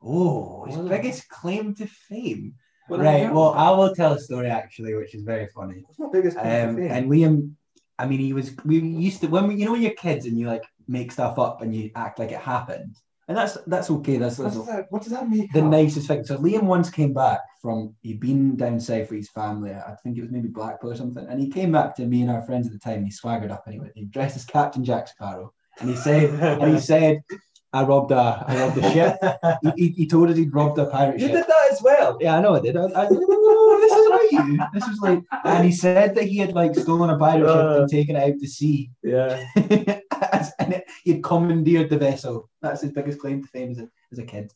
Speaker 2: Oh, his
Speaker 3: Well-
Speaker 2: biggest claim to fame.
Speaker 3: Well,
Speaker 2: right.
Speaker 3: yeah.
Speaker 2: Well, I will tell a story actually, which is very funny.
Speaker 3: What's my biggest
Speaker 2: Um, and Liam, I mean, he was. We used to when we, you know, when you're kids and you like make stuff up and you act like it happened, and that's that's okay. That's,
Speaker 3: what
Speaker 2: that's
Speaker 3: does that? What does that mean?
Speaker 2: the nicest thing. So Liam once came back from he'd been down south with his family. I think it was maybe Blackpool or something. And he came back to me and our friends at the time. And he swaggered up and he, went, he dressed as Captain Jack Sparrow. And he said, and he said, "I robbed a, I robbed a ship." He, he, he told us he'd robbed a pirate
Speaker 3: you
Speaker 2: ship.
Speaker 3: did that as well.
Speaker 2: Yeah, I know I did. I, I, "Ooh, Oh, this is not you. This was like, and he said that he had like stolen a pirate ship and taken it out to sea,
Speaker 3: Yeah.
Speaker 2: and it, he had commandeered the vessel. That's his biggest claim to fame as a, as a kid.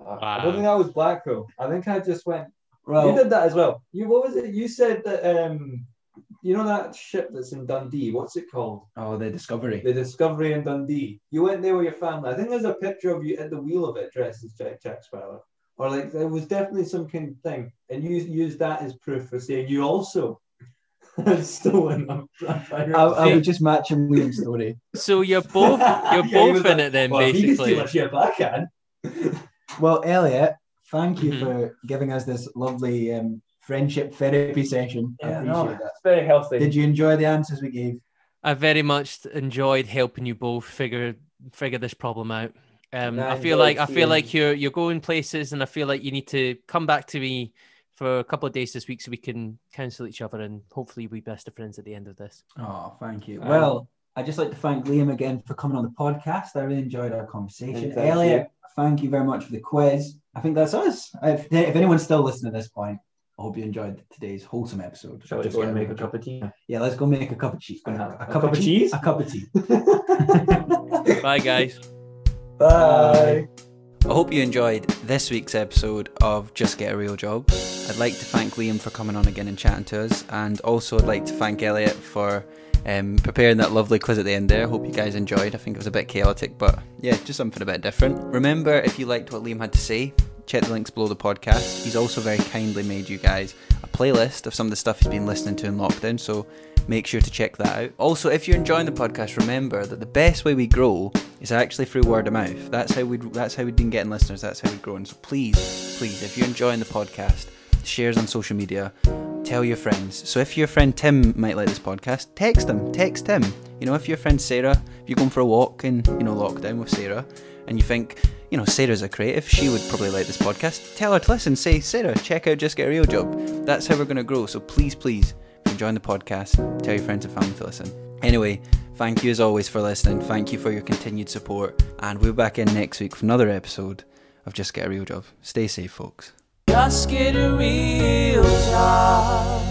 Speaker 3: I don't think
Speaker 2: Ah.
Speaker 3: that was Blackpool. I think I just went.
Speaker 2: Well,
Speaker 3: you did that as well. You what was it? You said that um you know that ship that's in Dundee. What's it called?
Speaker 8: Oh, the discovery.
Speaker 3: The Discovery in Dundee. You went there with your family. I think there's a picture of you at the wheel of it, dressed as Jack, Jack Sparrow. Or like there was definitely some kind of thing, and you used that as proof for saying you also had stolen them.
Speaker 8: I, I would just match him Liam's story.
Speaker 1: So you're both you're
Speaker 3: Yeah, he was
Speaker 1: both in
Speaker 3: like,
Speaker 1: it then,
Speaker 3: well, if you can steal
Speaker 1: basically.
Speaker 3: a ship, I can.
Speaker 8: Well, Elliot, thank you
Speaker 2: Mm-hmm.
Speaker 1: Mhm.
Speaker 8: for giving us this lovely um, friendship therapy session. I
Speaker 3: Yeah,
Speaker 8: appreciate
Speaker 3: no,
Speaker 8: that.
Speaker 3: it's very healthy.
Speaker 8: Did you enjoy the answers we gave?
Speaker 1: I very much enjoyed helping you both figure figure this problem out. Um,
Speaker 3: And I
Speaker 1: I feel
Speaker 3: enjoyed
Speaker 1: like I feel
Speaker 3: seeing-
Speaker 1: like you're you're going places, and I feel like you need to come back to me for a couple of days this week so we can counsel each other and hopefully we best of friends at the end of this.
Speaker 8: Oh, thank you.
Speaker 3: Um,
Speaker 8: well, I'd just like to thank Liam again for coming on the podcast. I really enjoyed our conversation.
Speaker 3: And thank
Speaker 8: Elliot, thank you very much for the quiz. I think that's us. If, if anyone's still listening at this point, I hope you enjoyed today's wholesome episode.
Speaker 3: Shall we
Speaker 8: Just
Speaker 3: go and
Speaker 8: get
Speaker 3: make a cup of tea?
Speaker 8: Yeah, let's go make a cup of cheese.
Speaker 3: Uh-huh.
Speaker 8: A, cup, of cheese? A cup of tea.
Speaker 1: Bye, guys.
Speaker 3: Bye.
Speaker 2: I hope you enjoyed this week's episode of Just Get a Real Job. I'd like to thank Liam for coming on again and chatting to us, and also I'd like to thank Elliot for um, preparing that lovely quiz at the end there. Hope you guys enjoyed. I think it was a bit chaotic, but yeah, just something a bit different. Remember, if you liked what Liam had to say, check the links below the podcast. He's also very kindly made you guys a playlist of some of the stuff he's been listening to in lockdown, so make sure to check that out. Also, if you're enjoying the podcast, remember that the best way we grow is actually through word of mouth. That's how we that's how we've been getting listeners. That's how we've grown. So please, please, if you're enjoying the podcast, shares on social media, tell your friends. So if your friend Tim might like this podcast, text him. Text him. You know, if your friend Sarah, if you're going for a walk in you know lockdown with Sarah, and you think you know Sarah's a creative, she would probably like this podcast. Tell her to listen. Say Sarah, check out Just Get a Real Job. That's how we're going to grow. So please, please. If you're enjoying the podcast, tell your friends and family to listen. Anyway, thank you as always for listening. Thank you for your continued support. And we'll be back in next week for another episode of Just Get a Real Job. Stay safe, folks.
Speaker 9: Just get a real job.